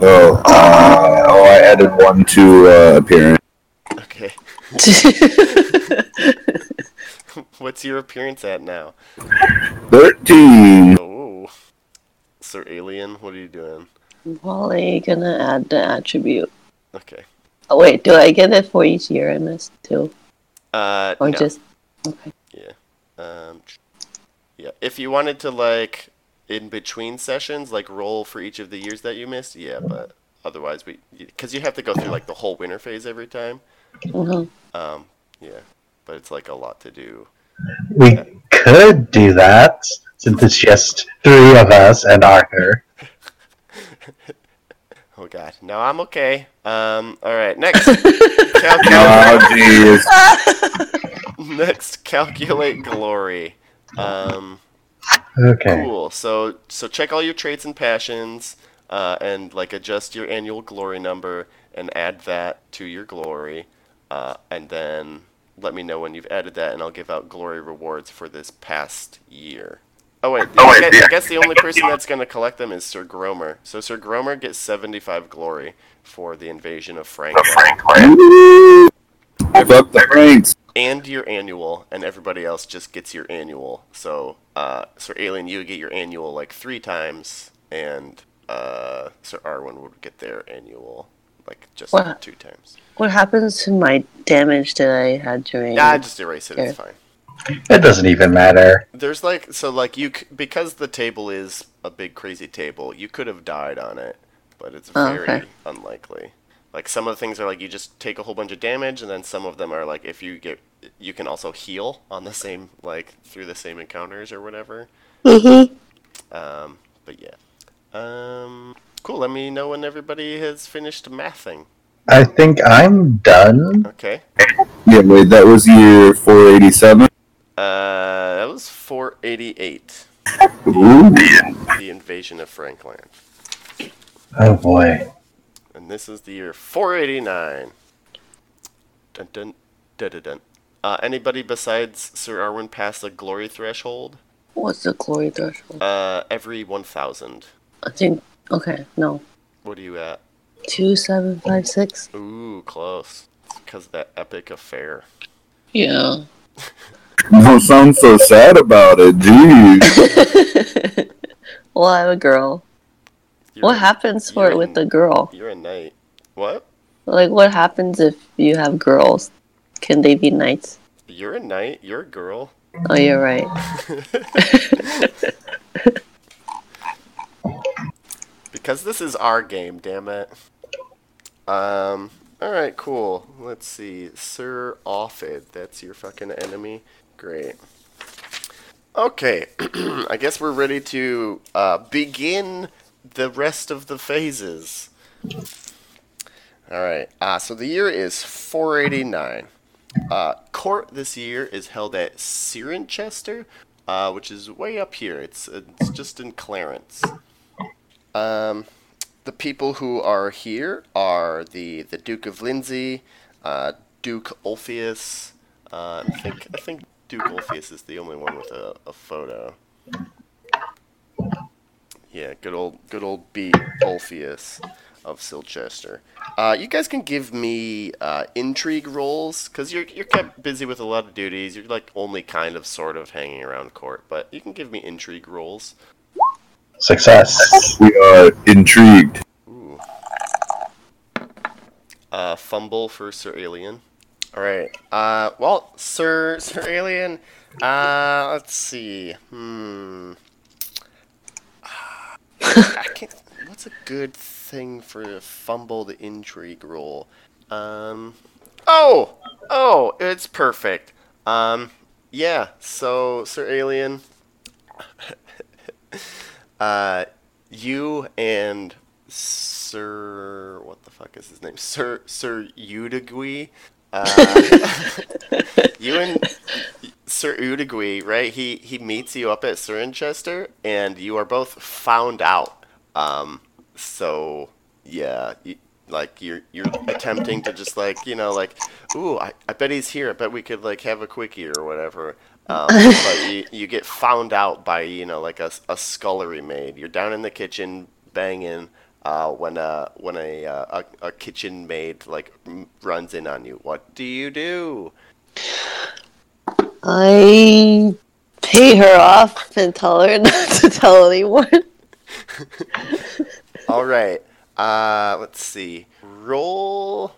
Oh, uh, oh, I added one to uh, appearance.
Okay. What's your appearance at now?
13.
Oh, Sir Alien, what are you doing?
Probably gonna add the attribute.
Okay.
Oh, wait, do I get it for each year I missed too?
Uh,
Or
no.
just.
Um, tr- yeah, if you wanted to like in between sessions, like roll for each of the years that you missed, yeah, but otherwise we because you have to go through like the whole winter phase every time.
Mhm.
Um, yeah, but it's like a lot to do.
We could do that, since it's just three of us and Arthur.
Oh god, no, I'm okay. Um, all right, next, calculate,
Oh, jeez.
(laughs) next calculate glory. Um.
Okay.
Cool. So so check all your traits and passions, uh, and like adjust your annual glory number and add that to your glory, uh, and then let me know when you've added that, and I'll give out glory rewards for this past year. Oh wait,
Oh,
I,
wait,
guess, I
yeah.
guess the only person that's gonna collect them is Sir Gromer. So Sir Gromer gets seventy-five glory for the invasion of Franklin,
Woo! Fuck the Franks.
and your annual, and everybody else just gets your annual. So, uh, Sir Alien, you would get your annual like three times, and uh, Sir Arwen would get their annual like just
Wow.
two times.
What happens to my damage that I had during.
Yeah, just erase it. It's fine.
It doesn't even matter.
There's like so like you c- because the table is a big crazy table. You could have died on it, but it's
Oh,
very
okay.
unlikely. Like some of the things are like you just take a whole bunch of damage, and then some of them are like if you get you can also heal on the same like through the same encounters or whatever.
Mhm.
Um, but yeah. Um, cool. Let me know when everybody has finished mathing.
I think I'm done.
Okay.
Yeah, wait, that was year 487.
Uh, that was 488.
Ooh.
The invasion of Frankland.
Oh boy.
And this is the year 489. Dun dun dun dun. dun. Uh, anybody besides Sir Arwen pass a glory threshold?
What's the glory threshold?
Uh, every 1,000.
I think. Okay, no.
What are you at?
2756?
Ooh, close. It's because of that epic affair.
Yeah.
Don't sound so sad about it. Jeez.
well, I have a girl.
You're
What
a-
happens for
you're
it
in-
with the girl?
You're a knight. What?
Like, what happens if you have girls? Can they be knights?
You're a knight. You're a girl.
Oh, you're right.
Because this is our game, damn it. Um. All right. Cool. Let's see. Sir Offid. That's your fucking enemy. Great. Okay. (clears throat) I guess we're ready to uh, begin the rest of the phases. All right. Uh, so the year is 489. Uh, court this year is held at Cirencester, uh, which is way up here. It's it's just in Clarence. Um, the people who are here are the the Duke of Lindsey, uh, Duke Ulfius. Uh, I think I think Duke Ulfius is the only one with a, a photo. Yeah, good old good old B Ulfius of Silchester. Uh, you guys can give me uh, intrigue rolls because you're you're kept busy with a lot of duties. You're like only kind of sort of hanging around court, but you can give me intrigue rolls.
Success.
We are intrigued.
Ooh. Uh, fumble for Sir Alien. All right. Uh, well, Sir Sir Alien. Uh, let's see. Hmm. Uh, I can't. What's a good thing for a fumble to intrigue roll? Um. Oh. Oh. It's perfect. Um. Yeah. So Sir Alien. uh, you and Sir what the fuck is his name? Sir Sir Udagui. Uh, (laughs) you and Sir Udagui, right? He he meets you up at Cirencester, and you are both found out. Um, so yeah, you, like you're you're attempting to just like you know like, ooh, I, I bet he's here. I bet we could like have a quickie or whatever. Um, but you, you get found out by you know like a, s- a scullery maid. You're down in the kitchen banging uh, when a when a, uh, a a kitchen maid like m- runs in on you. What do you do?
I pay her off and tell her (laughs) not to tell anyone.
All right. Uh, let's see. Roll.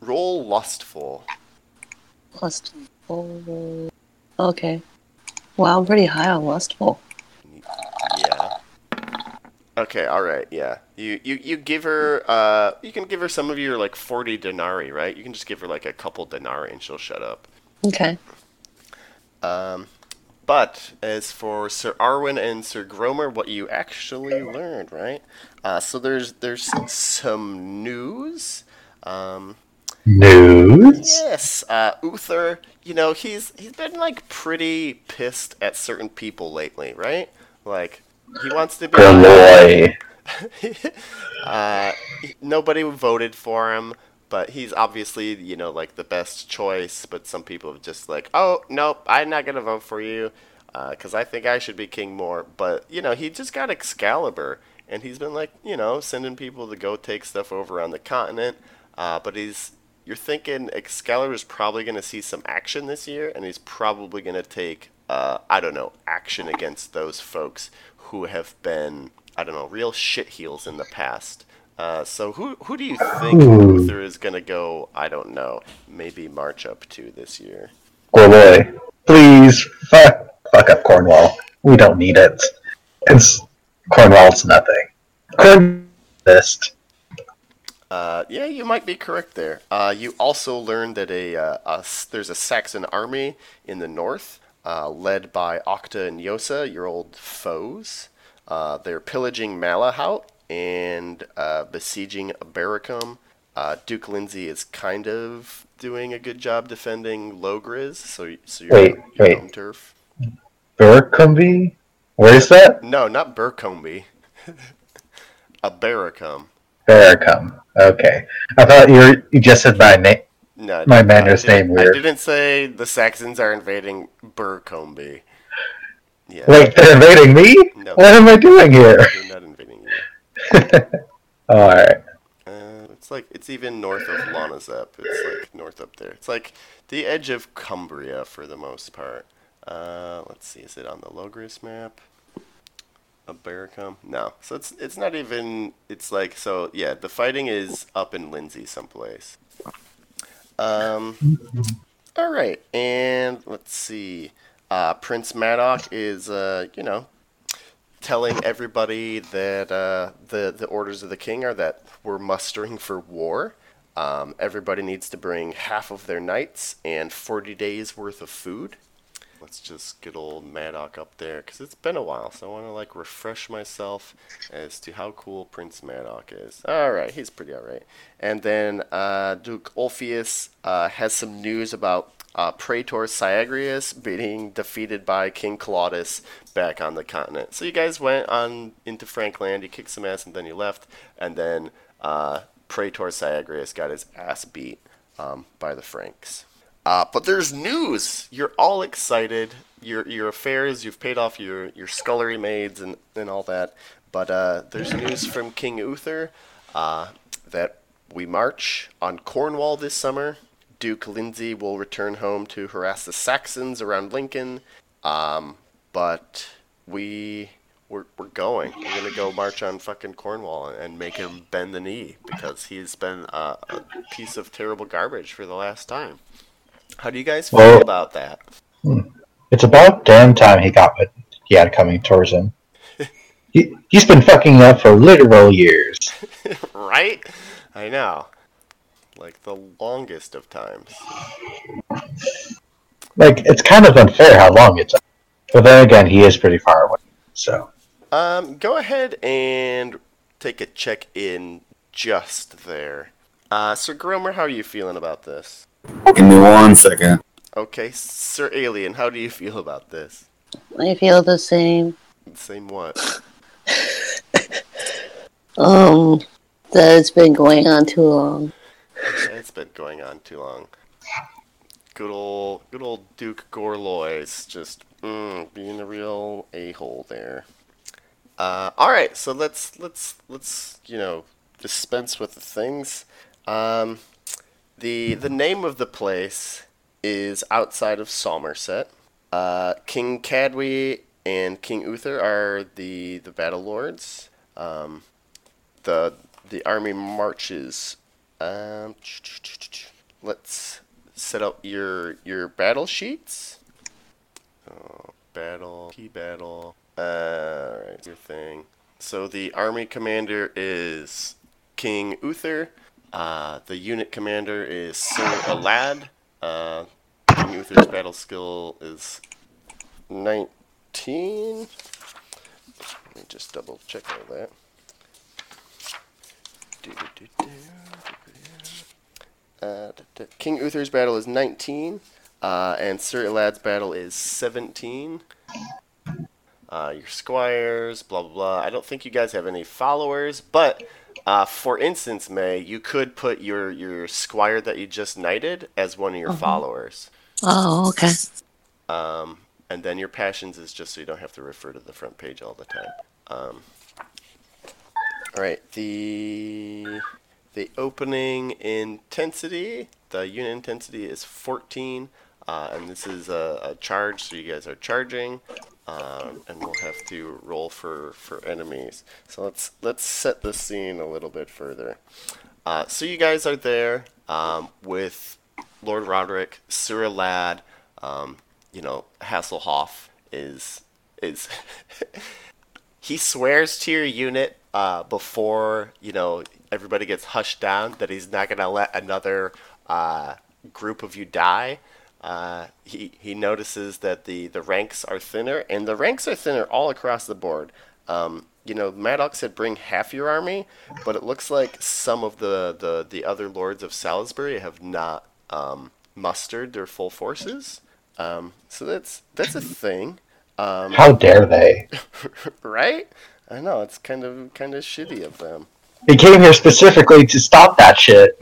Roll lustful.
Lustful. Okay. Wow, I'm pretty high on lustful.
Yeah. Okay. All right. Yeah. You you you give her. Uh, you can give her some of your like forty denarii, right? You can just give her like a couple denarii, and she'll shut up.
Okay.
Um, but as for Sir Arwen and Sir Gromer, what you actually learned, right? Uh, so there's there's some news. Um,
News.
Yes, uh, Uther. You know, he's he's been like pretty pissed at certain people lately, right? Like he wants to be.
Galloy.
uh, nobody voted for him, but he's obviously you know like the best choice. But some people have just like, oh nope, I'm not gonna vote for you because I think I should be king more. But you know he just got Excalibur, and he's been like you know sending people to go take stuff over on the continent. Uh, but he's you're thinking Excalibur is probably gonna see some action this year, and he's probably gonna take uh, I don't know action against those folks who have been I don't know real shit heels in the past. Uh, so who who do you think
Ooh.
Luther is gonna go? I don't know. Maybe march up to this year.
Galloy. Please fuck, fuck up Cornwall. We don't need it. It's Cornwall's nothing. Corn exist.
Uh, yeah, you might be correct there. Uh, you also learned that a, uh, a s- there's a Saxon army in the north, uh, led by Octa and Yosa, your old foes. Uh, they're pillaging Malahout and uh, besieging Barracum. Uh, Duke Lindsay is kind of doing a good job defending Logriz, so y- so you're
Wait,
your
wait.
home turf.
Burcombe? Where is that?
No, not (laughs) Burcombe. a Barracum.
Barracum. Okay. I thought you, were, you just said my name.
No, I
My
didn't- I
manner's
didn't-
name
I
weird.
didn't say the Saxons are invading Burcombe. Yeah,
Wait, they're invading me?
No.
What am I doing here?
they're not invading you.
Alright.
Uh, let's It's like it's even north of Lanazep. It's like north up there. It's like the edge of Cumbria for the most part. Uh, let's see, is it on the Logris map? Abericum? No. So it's it's not even. It's like so. Yeah, the fighting is up in Lindsay someplace. Um. All right, and let's see. Uh, Prince Madoc is, uh, you know, telling everybody that uh, the the orders of the king are that we're mustering for war. Um, everybody needs to bring half of their knights and 40 days worth of food. Let's just get old Madoc up there because it's been a while, so I want to like refresh myself as to how cool Prince Madoc is. All right, he's pretty all right. And then uh, Duke Ulfius uh, has some news about uh, Praetor Syagrius being defeated by King Claudus back on the continent. So you guys went on into Frankland, you kicked some ass, and then you left, and then uh, Praetor Syagrius got his ass beat um, by the Franks. Uh, but there's news. You're all excited. Your your affairs. You've paid off your your scullery maids and and all that. But uh, there's news from King Uther uh, that we march on Cornwall this summer. Duke Lindsay will return home to harass the Saxons around Lincoln. Um, but we we're, we're going. We're gonna go march on fucking Cornwall and make him bend the knee because he's been uh, a piece of terrible garbage for the last time. How do you guys feel
Well-
about that? (laughs)
It's about damn time he got what he had coming towards him. he, he's been fucking up for literal years.
right? I know. Like the longest of times.
Like, it's kind of unfair how long it's up. But then again, he is pretty far away. So,
Um, go ahead and take a check in just there. Uh, Sir Gromer, how are you feeling about this?
Give me one second.
Okay, Sir Alien, how do you feel about this?
I feel the same.
Same what?
Um, that it's been going on too long.
Yeah, it's been going on too long. Good old, good old Duke Gorlois, just mm, being a real a-hole there. Uh, all right, so let's let's let's you know dispense with the things. Um, the the name of the place is outside of Somerset. Uh, King Cadwy and King Uther are the the battle lords. Um, the the army marches. Um, let's set up your your battle sheets. Oh, battle key battle. Uh, Alright, your thing. So the army commander is King Uther. Uh, the unit commander is Sir Alad. Uh, King Uther's battle skill is 19. Let me just double check all that. Uh, da- da- King Uther's battle is 19, uh, and Sir Elad's battle is 17. Uh, your squires, blah blah blah. I don't think you guys have any followers, but uh, for instance, May, you could put your your squire that you just knighted as one of your followers.
Oh, okay.
Um, and then your passions is just so you don't have to refer to the front page all the time. Um, all right, the the opening intensity, the unit intensity is 14, uh, and this is a, a charge, so you guys are charging, um, and we'll have to roll for for enemies. So let's let's set the scene a little bit further. Uh, so you guys are there um, with Lord Roderick, Sir Lad, um, you know, Hasselhoff is is (laughs) he swears to your unit uh, before you know everybody gets hushed down that he's not gonna let another uh, group of you die. Uh, he he notices that the the ranks are thinner, and the ranks are thinner all across the board. Um, you know, Maddox said bring half your army, but it looks like some of the the, the other lords of Salisbury have not um, mustered their full forces. Um, so that's that's a thing. Um,
how dare they?
right? I know it's kind of kind of shitty of them.
He came here specifically to stop that shit.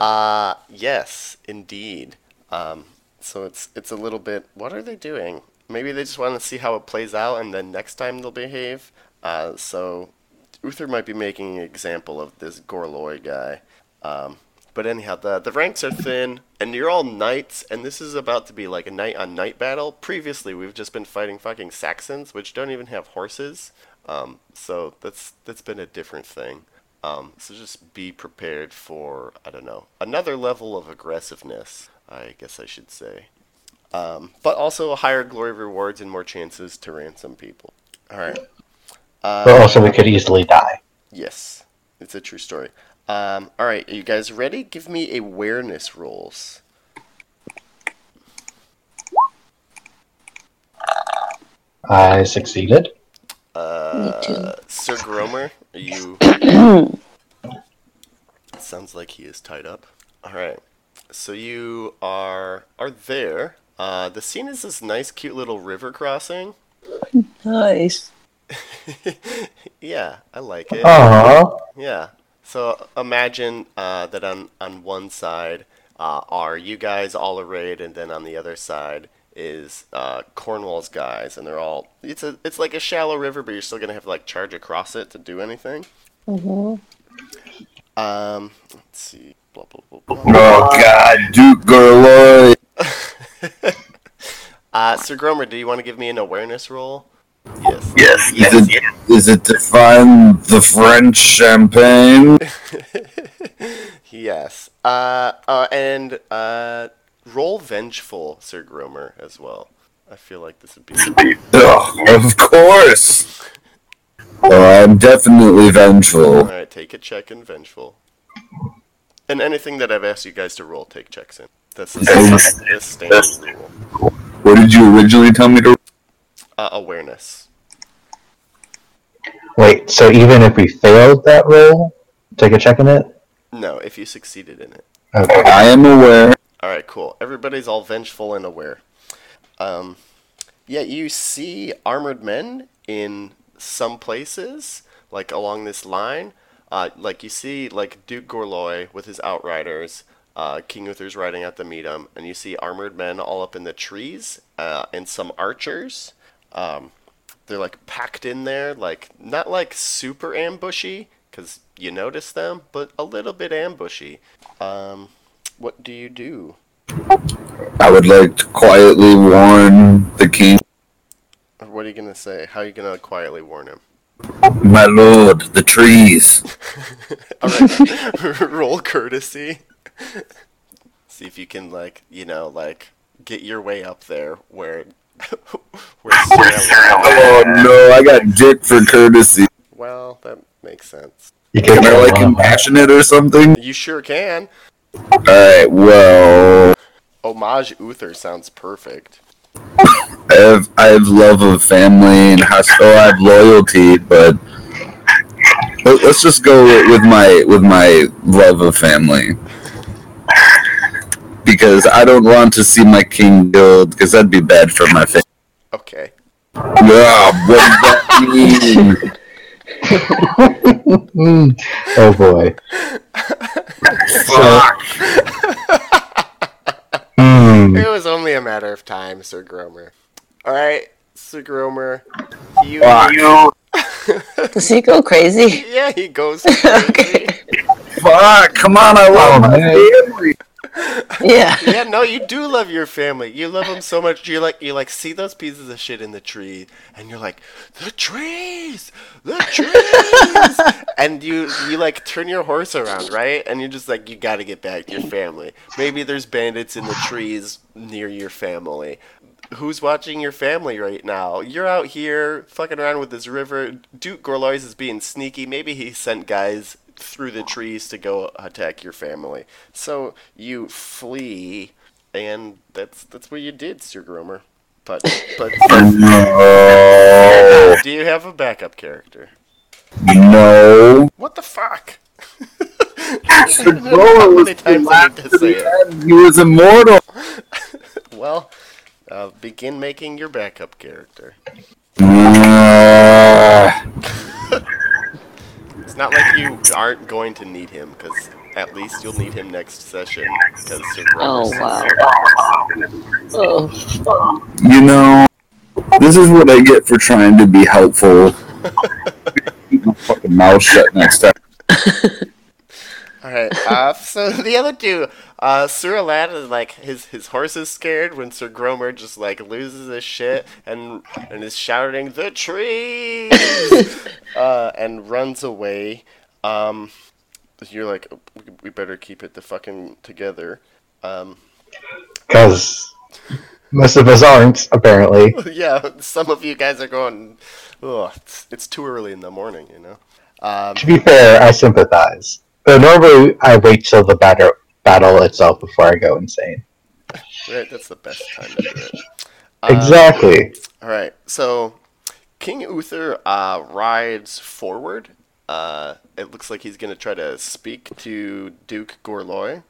Uh yes, indeed. Um, so it's it's a little bit. What are they doing? Maybe they just want to see how it plays out, and then next time they'll behave. Uh, so Uther might be making an example of this Gorloy guy. Um, but anyhow, the, the ranks are thin, and you're all knights, and this is about to be like a knight on knight battle. Previously, we've just been fighting fucking Saxons, which don't even have horses. Um, so that's that's been a different thing. Um, so just be prepared for I don't know another level of aggressiveness. I guess I should say, um, but also higher glory rewards and more chances to ransom people. All right. Uh,
But also, we could easily die.
Yes, it's a true story. Um, all right, are you guys ready? Give me awareness rolls.
I succeeded.
Uh, Sir Gromer, are you? Sounds like he is tied up. All right, so you are are there. Uh, the scene is this nice, cute little river crossing. (laughs)
Nice.
yeah, I like
Oh.
it.
Aww.
Yeah. So imagine uh, that on on one side uh, are you guys all arrayed, and then on the other side is uh, Cornwall's guys, and they're all. It's a it's like a shallow river, but you're still gonna have to like charge across it to do anything.
Mhm.
Um, let's see. Blah blah blah. blah.
Oh God, Duke Gorloy.
Uh, Sir Gromer, do you want to give me an awareness roll? Yes.
Yes, yes, is it, is it define the French champagne?
yes. Uh, uh, and uh, roll vengeful, Sir Gromer, as well. I feel like this would be.
Ugh, Oh, of course. Oh, I'm definitely
All
vengeful.
right, take a check and vengeful. And anything that I've asked you guys to roll, take checks in. That's the
Thanks.
this standard rule.
What did you originally tell me to?
Uh, awareness.
Wait, so even if we failed that roll, take a check in it?
No, if you succeeded in it.
Okay.
I am aware.
All right, cool. Everybody's all vengeful and aware. Um, yeah, you see armored men in some places, like along this line. Uh, like you see, like Duke Gorloy with his outriders. Uh, King Uther's riding out to meet him, and you see armored men all up in the trees, uh, and some archers. Um, they're like packed in there, like not like super ambushy, because you notice them, but a little bit ambushy. Um, what do you do?
I would like to quietly warn the king.
Or What are you gonna say? How are you gonna quietly warn him? (laughs)
My lord, the trees.
All right, (laughs) roll courtesy. See if you can like you know like get your way up there where (laughs) where Sarah-
Oh no, I got dick for courtesy.
Well, that makes sense.
You could
Can I like
roll on that.
compassionate or something?
You sure can.
Alright, well,
Homage Uther sounds perfect.
I have, I have love of family and hostel. I have loyalty, but let, us just go with, with my with my love of family because I don't want to see my king killed because that'd be bad for my family.
Okay.
Yeah, what does that mean?
Mm. Oh boy. (laughs)
Fuck.
Hmm.
It was only a matter of time, Sir Gromer. All right, Sir Gromer. You,
Fuck.
Does he go crazy? (laughs)
yeah, he goes.
Okay.
Fuck. Come on, I love
Oh,
my
man.
family.
Yeah.
(laughs) yeah, no, you do love your family. You love them so much. You like you like see those pieces of shit in the tree, and you're like, the trees, the trees, and you you like turn your horse around, right? And you're just like, you got to get back to your family. Maybe there's bandits in the trees near your family. Who's watching your family right now? You're out here fucking around with this river. Duke Gorlois is being sneaky. Maybe he sent guys through the trees to go attack your family. So you flee, and that's that's what you did, Sir Groomer. But but
(laughs) No.
do you have a backup character? (laughs)
No.
What the fuck? (laughs)
The goal
many
was
times I
to
need
laugh
to
to
say
the end. He was immortal.
Well, uh, begin making your backup character.
Uh,
It's not like you aren't going to need him, because at least you'll need him next session. Because Sir
Oh
Groomer's
wow. Oh.
you know, this is what I get for trying to be helpful. Fucking mouth shut next time.
All right. Uh, so (laughs) the other two, uh, Sir Aladdin, is like his his horse is scared when Sir Gromer just like loses his shit and and is shouting the trees uh, and runs away. Um, you're like, "Oh, "We- we better keep it the fucking together. (laughs) Um,
because most of us aren't apparently.
yeah, some of you guys are going. Ugh, it's, it's too early in the morning, you know. Um,
To be fair, I sympathize. But normally, I wait till the battle battle itself before I go insane.
right, that's the best time to do it.
exactly.
All right, so King Uther uh, rides forward. Uh, it looks like he's going to try to speak to Duke Gorloy.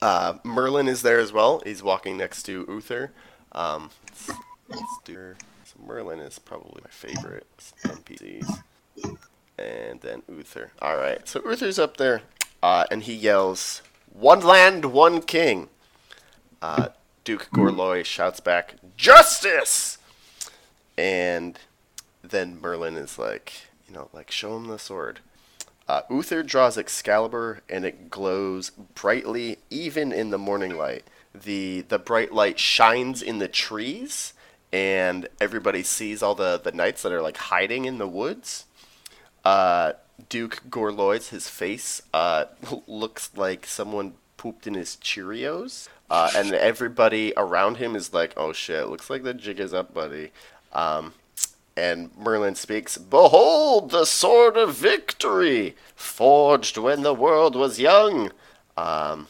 Uh, Merlin is there as well. He's walking next to Uther. Um, let's, let's do. So Merlin is probably my favorite NPCs, and then Uther. All right, so Uther's up there, uh, and he yells, "One land, one king." Uh, Duke Gorloy shouts back, "Justice!" and then Merlin is like, you know, like show him the sword. Uh, Uther draws Excalibur, and it glows brightly even in the morning light. the The bright light shines in the trees, and everybody sees all the the knights that are like hiding in the woods. Uh, Duke Gorlois, his face uh, (laughs) looks like someone pooped in his Cheerios, uh, and everybody around him is like, "Oh shit, looks like the jig is up, buddy." Um, and Merlin speaks, Behold the sword of victory, forged when the world was young. Um,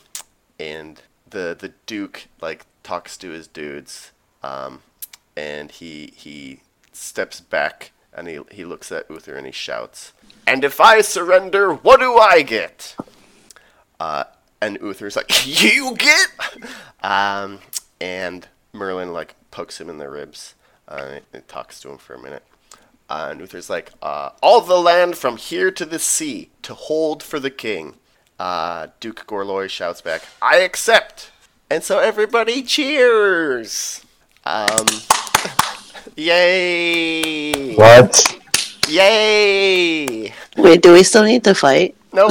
and the the Duke like talks to his dudes, um, and he he steps back and he he looks at Uther and he shouts, And if I surrender, what do I get? Uh, and Uther's like, (laughs) You get Um, and Merlin like pokes him in the ribs. Uh, and talks to him for a minute. Uh, and Uther's like, uh, all the land from here to the sea to hold for the king. Uh, Duke Gorloy shouts back, I accept. And so everybody cheers. Um, (laughs) yay!
What?
Yay!
Wait, do we still need to fight?
No,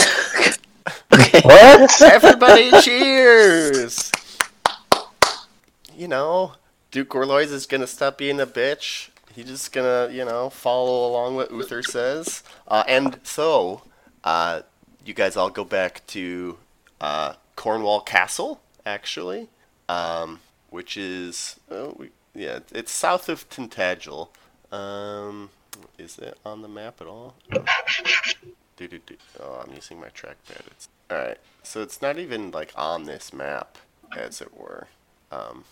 Okay.
What?
everybody cheers. You know, Duke Gorlois is gonna stop being a bitch. He's just gonna, you know, follow along what Uther says. Uh, and so, uh, you guys all go back to uh, Cornwall Castle, actually, um, which is, oh, we, yeah, it's south of Tintagel. Um, is it on the map at all? Do, do, do. Oh, I'm using my trackpad. It's all right. So it's not even like on this map, as it were. Um,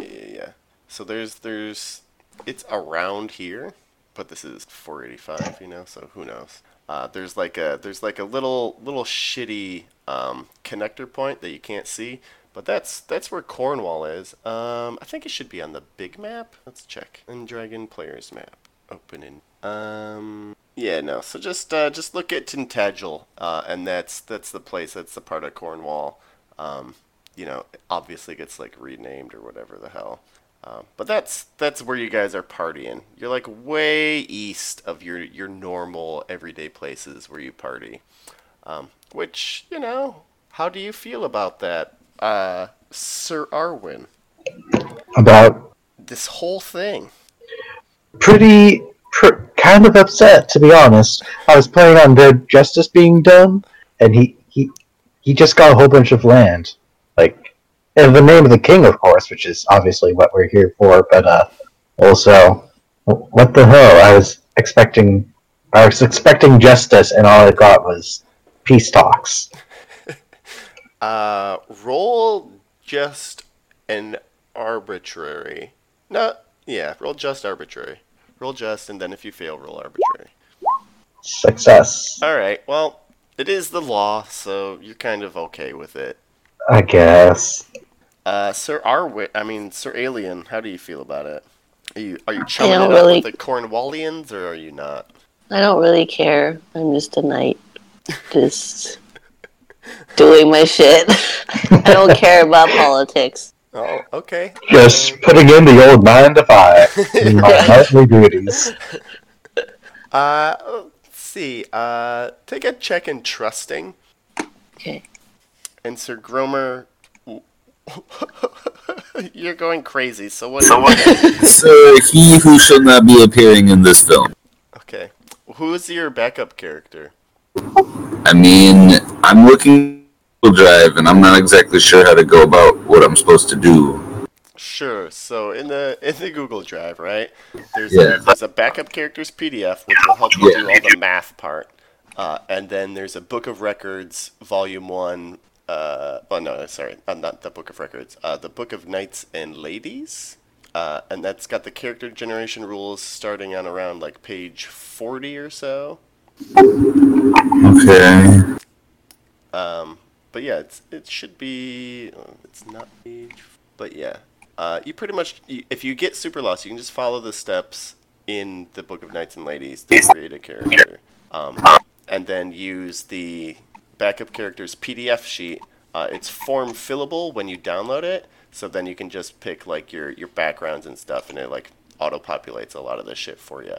yeah, yeah, yeah. So there's there's it's around here, but this is 485, you know. So who knows? Uh, there's like a there's like a little little shitty um, connector point that you can't see, but that's that's where Cornwall is. Um, I think it should be on the big map. Let's check. And Dragon Players map. Open in. Um, yeah, no. So just uh, just look at Tintagel, uh, and that's that's the place. That's the part of Cornwall. Um, you know, obviously gets like renamed or whatever the hell. Um, but that's that's where you guys are partying. You're like way east of your your normal everyday places where you party. Um, which you know, how do you feel about that, uh, Sir Arwin?
About
This whole thing.
pretty, pr- kind of upset to be honest. I was planning on their justice being done, and he he he just got a whole bunch of land, like in the name of the king, of course, which is obviously what we're here for. But uh, also, wh- what the hell? I was expecting, I was expecting justice, and all I got was peace talks.
Uh, roll just an arbitrary. No, yeah, roll just arbitrary. Roll just, and then if you fail, roll arbitrary.
Success,
All right. Well, it is the law, so you're kind of okay with it.
I guess.
Uh, Sir Arwit, I mean Sir Alien, how do you feel about it? Are you are you
I
chilling it
don't
up
really-
with the Cornwallians, or are you not?
I don't really care. I'm just a knight. Just doing my shit. (laughs) I don't care about politics.
Oh, okay.
Just putting in the old nine to five. in my nightly duties.
Uh, see. Uh, take a check in trusting,
Okay.
and Sir Gromer, (laughs) you're going crazy. So what?
So what?
Sir, he who shall not be appearing in this film.
Okay. Who is your backup character?
I mean, I'm looking at Google drive and I'm not exactly sure how to go about what I'm supposed to do.
Sure. So in the in the Google Drive, right? There's
Yeah.
a, there's a backup characters PDF which will help you do all the math part, uh, and then there's a book of records, volume one. Uh, oh no, sorry, uh, not the book of records. Uh, the book of knights and ladies, uh, and that's got the character generation rules starting on around like page forty or so.
Okay.
Um, but yeah, it's it should be. oh, It's not age, but yeah. Uh, you pretty much, you, if you get super lost, you can just follow the steps in the Book of Knights and Ladies to create a character, um, and then use the backup character's PDF sheet. Uh, it's form fillable when you download it, so then you can just pick like your your backgrounds and stuff, and it like auto populates a lot of the shit for you.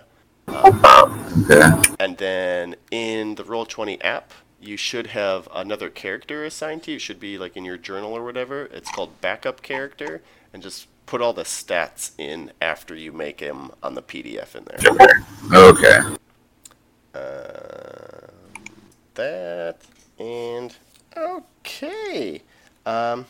Okay.
And then in the Roll20 app, you should have another character assigned to you. It should be like in your journal or whatever. It's called backup character. And just put all the stats in after you make him on the PDF in there.
Okay.
Um that and okay. Um,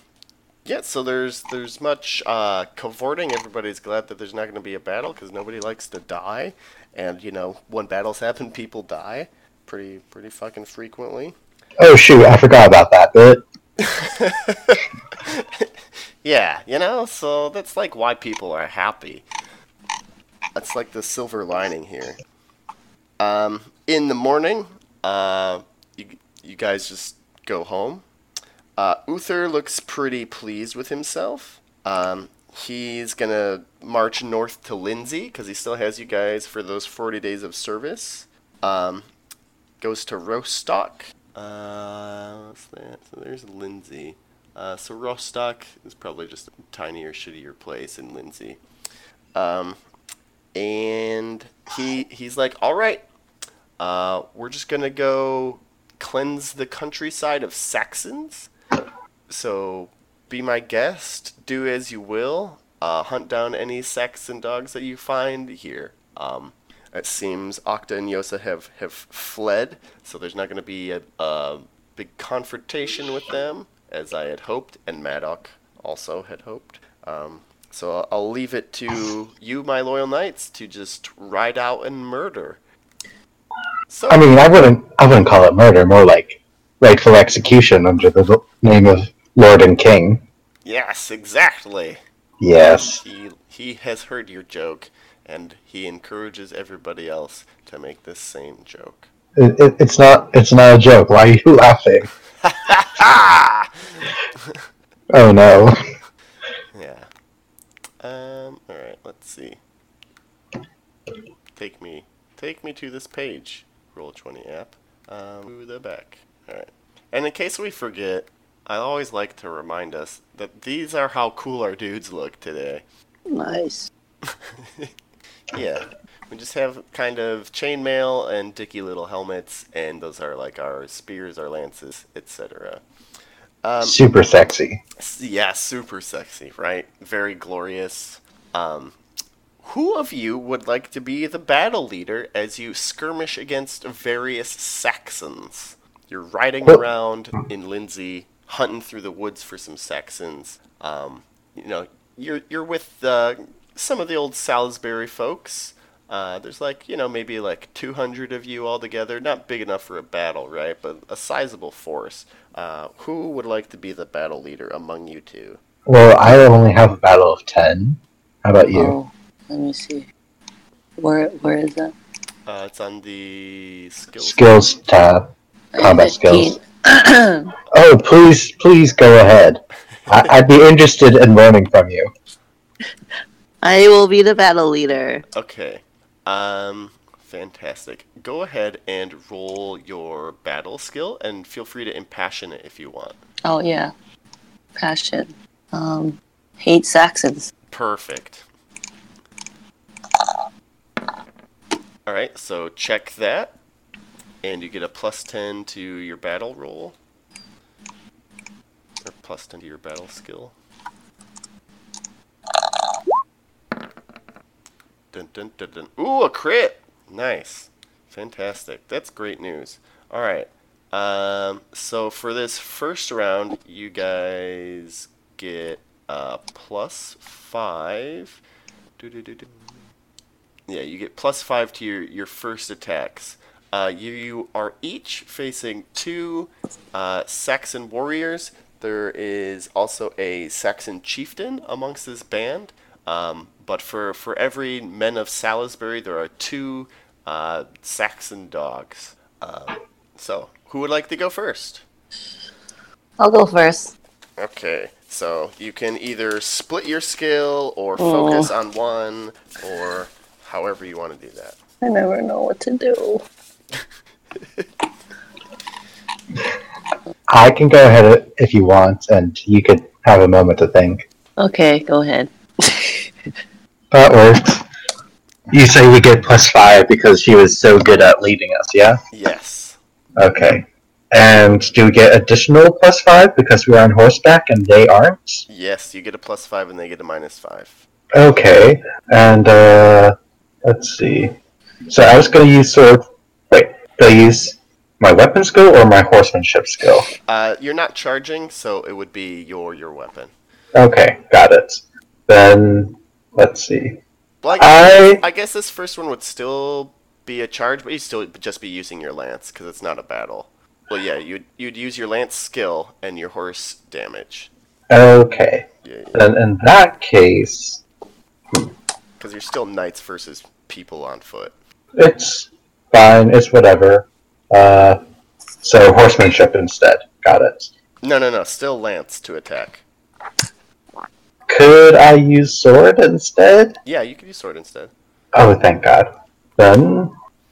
yeah, so there's there's much uh, cavorting. Everybody's glad that there's not going to be a battle because nobody likes to die, and you know when battles happen, people die pretty pretty fucking frequently.
Oh shoot, I forgot about that bit.
Yeah, you know, so that's like why people are happy. That's like the silver lining here. Um, in the morning, uh, you, you guys just go home. Uh, Uther looks pretty pleased with himself. Um, he's gonna march north to Lindsay because he still has you guys for those 40 days of service. Um, goes to Rostock. Uh, what's that? So there's Lindsay. Uh, so Rostock is probably just a tinier, shittier place in Lindsay. Um, and he he's like, all right, uh, we're just gonna go cleanse the countryside of Saxons. So be my guest, do as you will. Uh, hunt down any Saxon dogs that you find here. Um, it seems Octa and Yosa have, have fled, so there's not going to be a, a big confrontation with them, as I had hoped, and Madoc also had hoped. Um, so I'll, I'll leave it to you, my loyal knights, to just ride out and murder. So,
I mean, I wouldn't, I wouldn't call it murder. More like rightful execution under the l- name of Lord and King.
yes, exactly.
Yes.
He he has heard your joke, and he encourages everybody else to make this same joke.
It, it, it's not, it's not a joke. Why are you (laughs) laughing?
Ah!
Oh no.
Yeah. Um. All right. Let's see. Take me. Take me to this page. Roll twenty app. Um. To the back. All right. And in case we forget, I always like to remind us that these are how cool our dudes look today.
Nice.
Yeah. We just have kind of chainmail and dicky little helmets, and those are like our spears, our lances, etc. Um,
Super sexy.
s- yeah, super sexy, right? Very glorious. Um, who of you would like to be the battle leader as you skirmish against various Saxons? You're riding
Oh.
around in Lindsay, hunting through the woods for some Saxons. Um, you know, you're you're with uh, some of the old Salisbury folks. Uh, there's like you know maybe like 200 of you all together. Not big enough for a battle, right? But a sizable force. Uh, who would like to be the battle leader among you two?
Well, I only have a battle of ten. How about you?
Oh, let me see. Where where is that?
Uh, it's on the skills.
Skills tab. Combat skills. Oh, please, please go ahead. I, I'd be interested in learning from you.
I will be the battle leader.
Okay. Um, fantastic. Go ahead and roll your battle skill, and feel free to impassion it if you want.
Oh yeah, passion. Um, hate Saxons.
Perfect. All right, so check that. and you get a plus 10 to your battle roll. Or plus 10 to your battle skill. Dun, dun, dun, dun. Ooh, a crit! Nice. Fantastic. That's great news. All right. Um, so for this first round, you guys get uh, plus five. Doo-doo-doo-doo. Yeah, you get plus five to your, your first attacks. Uh, you, you are each facing two uh, Saxon warriors. There is also a Saxon chieftain amongst this band. Um, but for, for every men of Salisbury, there are two uh, Saxon dogs. Um, so, who would like to go first?
I'll go first.
Okay, so you can either split your skill or focus on one or however you want to do that.
I never know what to do.
I can go ahead if you want, and you could have a moment to think.
Okay,
(laughs)
go ahead.
That works. You say we get plus five because she was so good at leading us, yeah?
Yes.
Okay. And do we get additional plus five because we're on horseback and they aren't?
Yes, you get a plus five and they get a minus five.
Okay. And uh, let's see. So I was going to use sword. Wait, do I use my weapon skill or my horsemanship skill?
Uh, you're not charging, so it would be your your weapon.
Okay, got it. Then let's see.
Well, I guess,
I
I guess this first one would still be a charge, but you'd still just be using your lance because it's not a battle. Well, yeah, you'd you'd use your lance skill and your horse damage.
okay.
Yeah,
Then in that case,
because you're still knights versus people on foot.
it's fine. It's whatever. Uh, so horsemanship instead. Got it.
No, no, no, still lance to attack.
Could I use sword instead?
Yeah, you could use sword instead.
Oh, thank God. Then,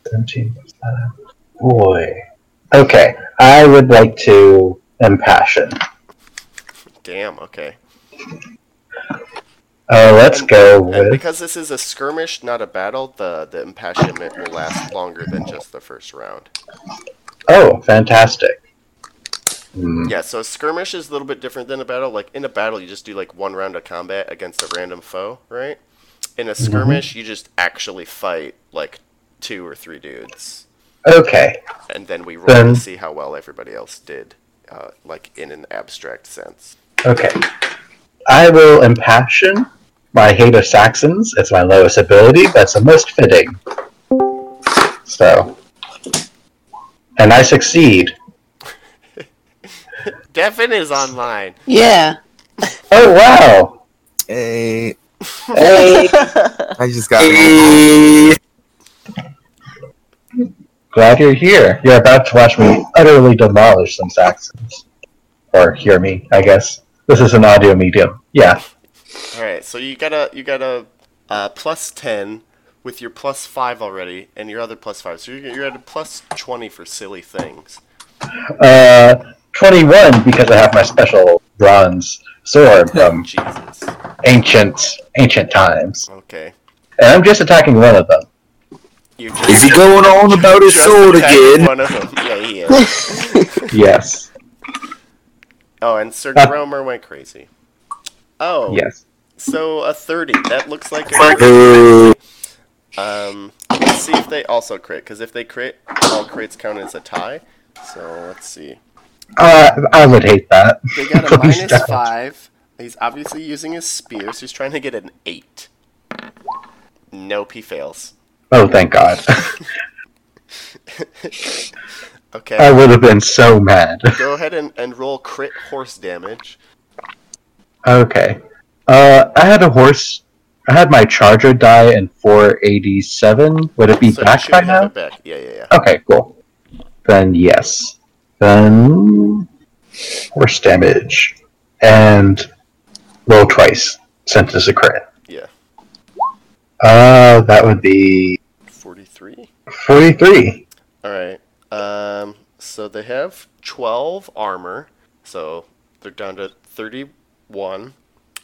17 plus five. Boy. Okay, I would like to impassion.
Damn. Okay.
Oh, let's go
And
with.
because this is a skirmish, not a battle, the the impassionment will last longer than just the first round.
Oh, fantastic. Hmm,
Yeah, so a skirmish is a little bit different than a battle. Like in a battle, you just do like one round of combat against a random foe, right? In a skirmish, you just actually fight like two or three dudes,
Okay,
and then we roll
Then-
to see how well everybody else did, uh, like in an abstract sense.
okay. I will impassion my hate of Saxons. It's my lowest ability, but it's the most fitting. So. And I succeed.
Devin is online. (laughs)
Yeah.
Oh, wow!
Hey,
Hey!
Eh, I just got.
Glad you're here. You're about to watch me utterly demolish some Saxons. Or hear me, I guess. This is an audio medium. Yeah.
All right, so you got a you got a uh, plus ten with your plus five already, and your other plus five. So you're, you're at a plus twenty for silly things.
Uh, 21 because I have my special bronze sword from
Jesus.
ancient ancient times.
Okay.
And I'm just attacking one of them.
You
is he going on about his
Just
sword
attacked
again?
One of them. Yeah, he is.
Yes.
Oh, and Sir
Uh,
Gromer went crazy. Oh,
Yes.
so a 30. That looks like a.
Boo.
Um, let's see if they also crit, because if they crit, all crits count as a tie. So let's see.
Uh, I would hate that.
They got a
(laughs) Please
minus
don't.
5. He's obviously using his spear, so he's trying to get an 8. Nope, he fails.
Oh, thank God. (laughs)
Okay.
I would have been so mad.
Go ahead and, and roll crit horse damage.
Okay. Uh, I had a horse. I had my charger die in 487. Would it be
so you
back
should
by
have
now?
it back. Yeah, yeah, yeah.
Okay, cool. Then yes. Then horse damage. And roll twice since it's a crit.
Yeah.
Uh, that would be
43?
43.
All right. Um, so they have 12 armor, so they're down to 31.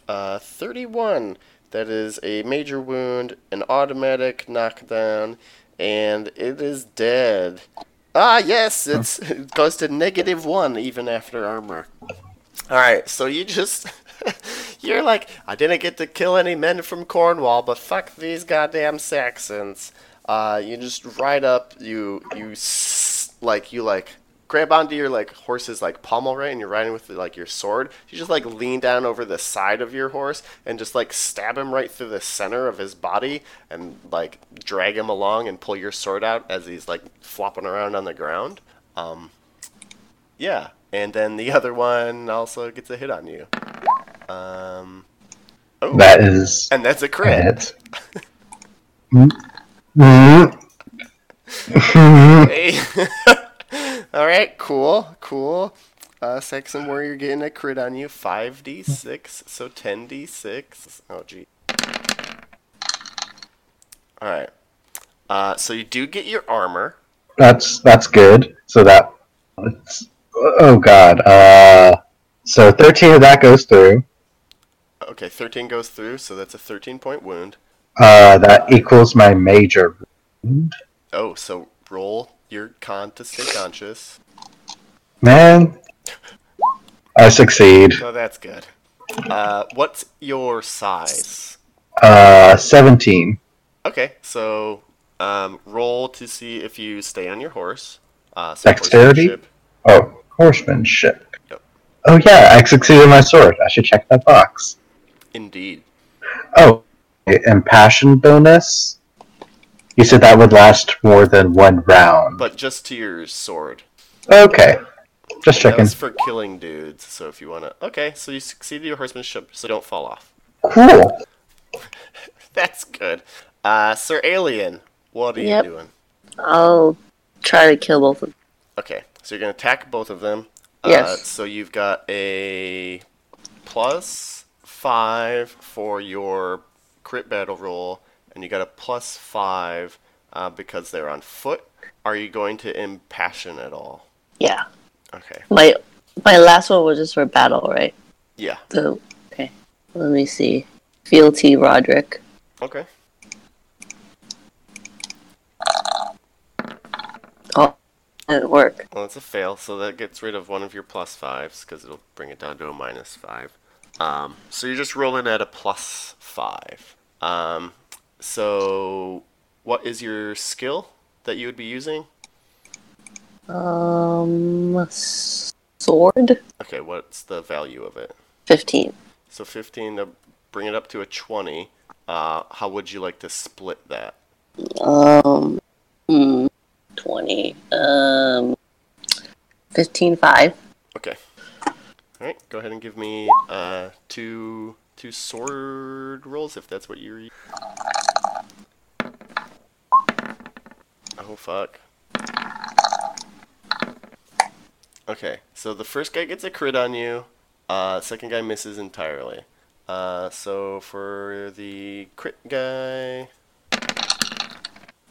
Uh, 31. That is a major wound, an automatic knockdown, and it is dead. Ah, yes, it's, it goes to negative one even after armor. All right, so you just (laughs) you're like, I didn't get to kill any men from Cornwall, but fuck these goddamn Saxons. Uh, you just ride up, you you s- like you like grab onto your like horse's like pommel right, and you're riding with like your sword. You just like lean down over the side of your horse and just like stab him right through the center of his body, and like drag him along and pull your sword out as he's like flopping around on the ground. Um, yeah, and then the (laughs) other one also gets a hit on you. Um, oh,
That is
and that's a
(laughs)
crit.
it. Mm. Mm. Mm.
Hey. (laughs) All right, cool, cool. Uh, Saxon Warrior getting a crit on you, five d six, so ten d six. Oh gee. All right. Uh, so you do get your armor.
that's that's good. So that it's, oh god. Uh, so thirteen of that goes through.
Okay, thirteen goes through, so that's a thirteen point wound.
Uh, that equals my major.
Oh, so roll your con to stay conscious.
Man, I succeed.
So that's good. Uh, what's your size?
Uh, seventeen.
Okay, so um, roll to see if you stay on your horse. Uh, so
Dexterity?
horsemanship.
Oh, horsemanship.
Yep.
Oh yeah, I succeeded my sword. I should check that box.
Indeed.
Oh, and passion bonus. You said that would last more than one round.
But just to your sword.
Okay, just
That
checking.
was for killing dudes, so if you want to. Okay, so you succeeded your horsemanship, so don't fall off. (laughs)
Cool.
That's good. Uh, Sir Alien, what are
Yep.
you doing?
I'll try to kill both of them.
Okay, so you're going to attack both of them. Uh,
Yes.
so you've got a plus five for your crit battle roll, and you got a plus five uh, because they're on foot. Are you going to impassion at all?
Yeah.
Okay.
My my last one was just for battle, right?
Yeah.
So okay. Let me see. Fealty Roderick.
Okay.
Oh, didn't work.
Well, it's a fail, so that gets rid of one of your plus fives because it'll bring it down to a minus five. Um, so you're just rolling at a plus five. Um, so what is your skill that you would be using?
Um, s- sword.
Okay, what's the value of it?
Fifteen.
So 15 to bring it up to a 20. Uh, how would you like to split that?
Um, hmm, twenty. Um, fifteen five.
Okay. All right, go ahead and give me uh, two two sword rolls if that's what you're. u- Oh fuck. Okay, so the first guy gets a crit on you. Uh, second guy misses entirely. Uh, so for the crit guy,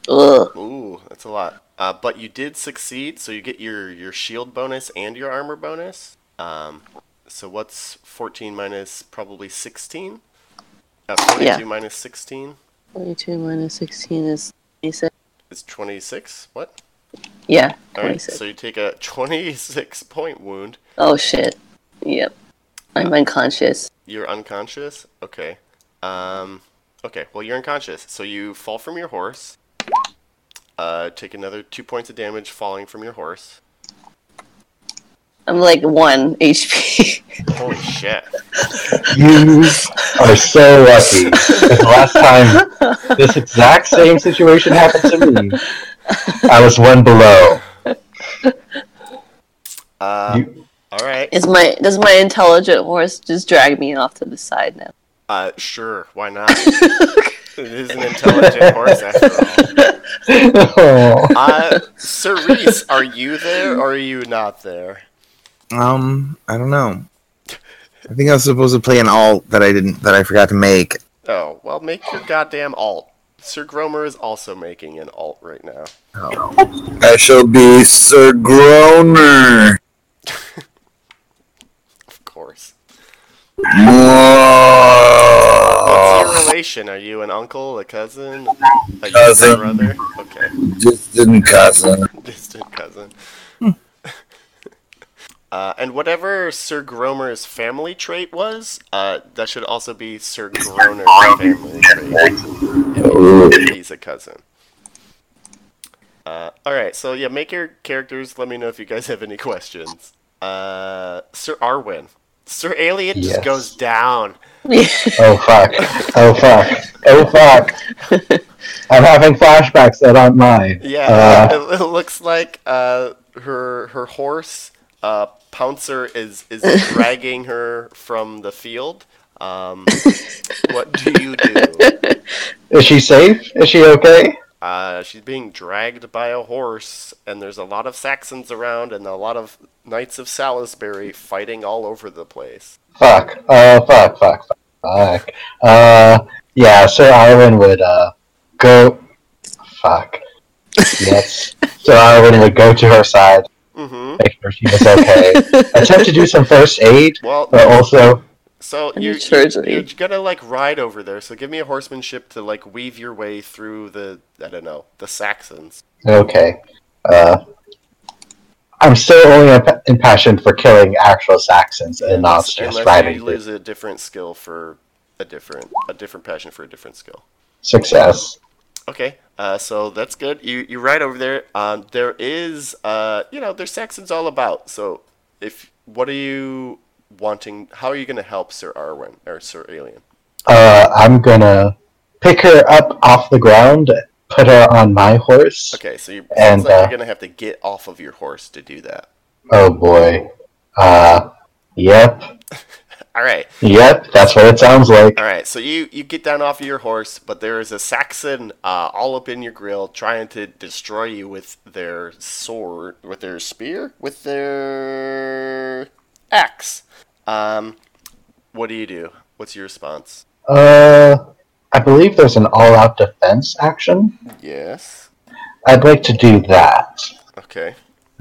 Ugh.
Ooh, that's a lot. Uh, but you did succeed, so you get your your shield bonus and your armor bonus. Um, so what's 14 minus probably 16? Uh, 42
Yeah.
minus 16
Twenty-two minus sixteen is twenty-six.
is 26. What?
Yeah,
All right,
twenty-six.
so you take a 26 point wound.
Oh shit. Yep. I'm unconscious.
You're unconscious. Okay. Um, okay. Well, you're unconscious, so you fall from your horse. Uh, take another two points of damage falling from your horse.
I'm like one HP.
Holy shit.
You are so lucky. 'Cause last time this exact same situation happened to me, I was one (laughs) below.
Uh,
You-
all right.
(laughs) Is my does my intelligent horse just drag me off to the side now? (laughs)
Uh, sure. Why not? it is an intelligent horse, after all.
Oh.
Uh, Sir Reese, are you there or are you not there?
Um, I don't know. I think I was supposed to play an alt that I didn't that I forgot to make.
Oh, well, make your goddamn alt. Sir Gromer is also making an alt right now.
I shall be Sir Groner.
Of course.
Mwah.
What's your relation? Are you an uncle, a cousin, a younger
Cousin.
brother? Okay.
Just Distant cousin.
(laughs) distant cousin. uh, and whatever Sir Gromer's family trait was, uh, that should also be Sir Groner's family trait.
Ooh.
if He's a cousin. Uh, all right, so yeah, make your characters. Let me know if you guys have any questions. Uh, Sir Arwen, Sir Alien just
Yes.
goes down.
Oh fuck. Oh fuck. Oh fuck. I'm having flashbacks that aren't mine.
Yeah,
Uh,
(laughs) it, it looks like uh, her her horse uh, Pouncer is
(laughs)
is dragging her from the field. Um, what do you
(laughs)
do?
is she safe? Is she okay?
Uh, she's being dragged by a horse, and there's a lot of Saxons around, and a lot of knights of Salisbury fighting all over the place.
Fuck. Oh fuck. Fuck. Fuck. Fuck. Uh, yeah. Sir Ivan would uh go. Fuck. Yes. Sir Ivan would go to her side,
Mm-hmm.
make sure she was okay. Attempt to do some first aid,
Well,
but also
so
Oh, I need
you're,
surgery.
you're gonna like ride over there. So give me a horsemanship to like weave your way through the I don't know the Saxons.
Okay. Uh, I'm still only imp- impassioned for killing actual Saxons and not
unless,
just
unless
riding.
you
through.
lose a different skill for a different a different passion for a different skill.
Success.
Okay, uh, so that's good. You you ride over there. Um, there is uh, you know, there's Saxons all about. So if what are you wanting? How are you going to help Sir Arwen or Sir Alien?
Uh, I'm gonna pick her up off the ground, put her on my horse.
Okay, so you
And,
sounds like
uh,
you're going to have to get off of your horse to do that.
Oh boy. Uh, yep,
All right,
yep. That's what it sounds like.
all right. So you you get down off of your horse, but there is a Saxon uh, all up in your grill trying to destroy you with their sword, with their spear, with their axe. Um, what do you do? What's your response?
Uh, I believe there's an all-out defense action.
Yes.
I'd like to do that,
Okay.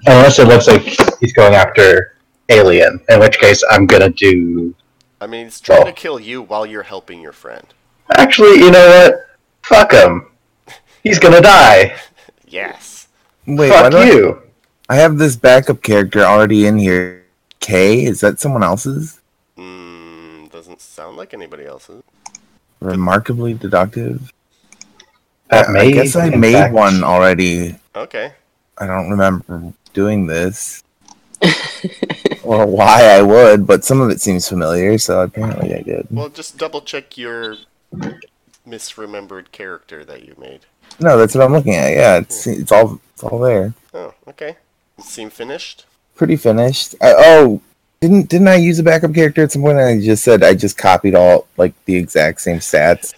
unless it looks like he's going after Alien. In which case, I'm gonna do
I mean, it's trying
Oh.
to kill you while you're helping your friend.
Actually, you know what? Fuck him. He's gonna die.
Yes.
Wait, why
Fuck
do I,
you.
I have this backup character already in here. K, is that someone else's?
Mm, doesn't sound like anybody else's.
Remarkably deductive.
That
I
may,
guess I
in
made
fact-
one already.
Okay.
I don't remember
(laughs)
doing this or why I would, but some of it seems familiar, so apparently I did.
Well, just double check your misremembered character that you made.
No, that's what I'm looking at. Yeah, it's it's all it's all there.
Oh, okay. Seem finished?
Pretty finished. I, oh, didn't didn't I use a backup character at some point? I just said I just copied all like the exact same stats.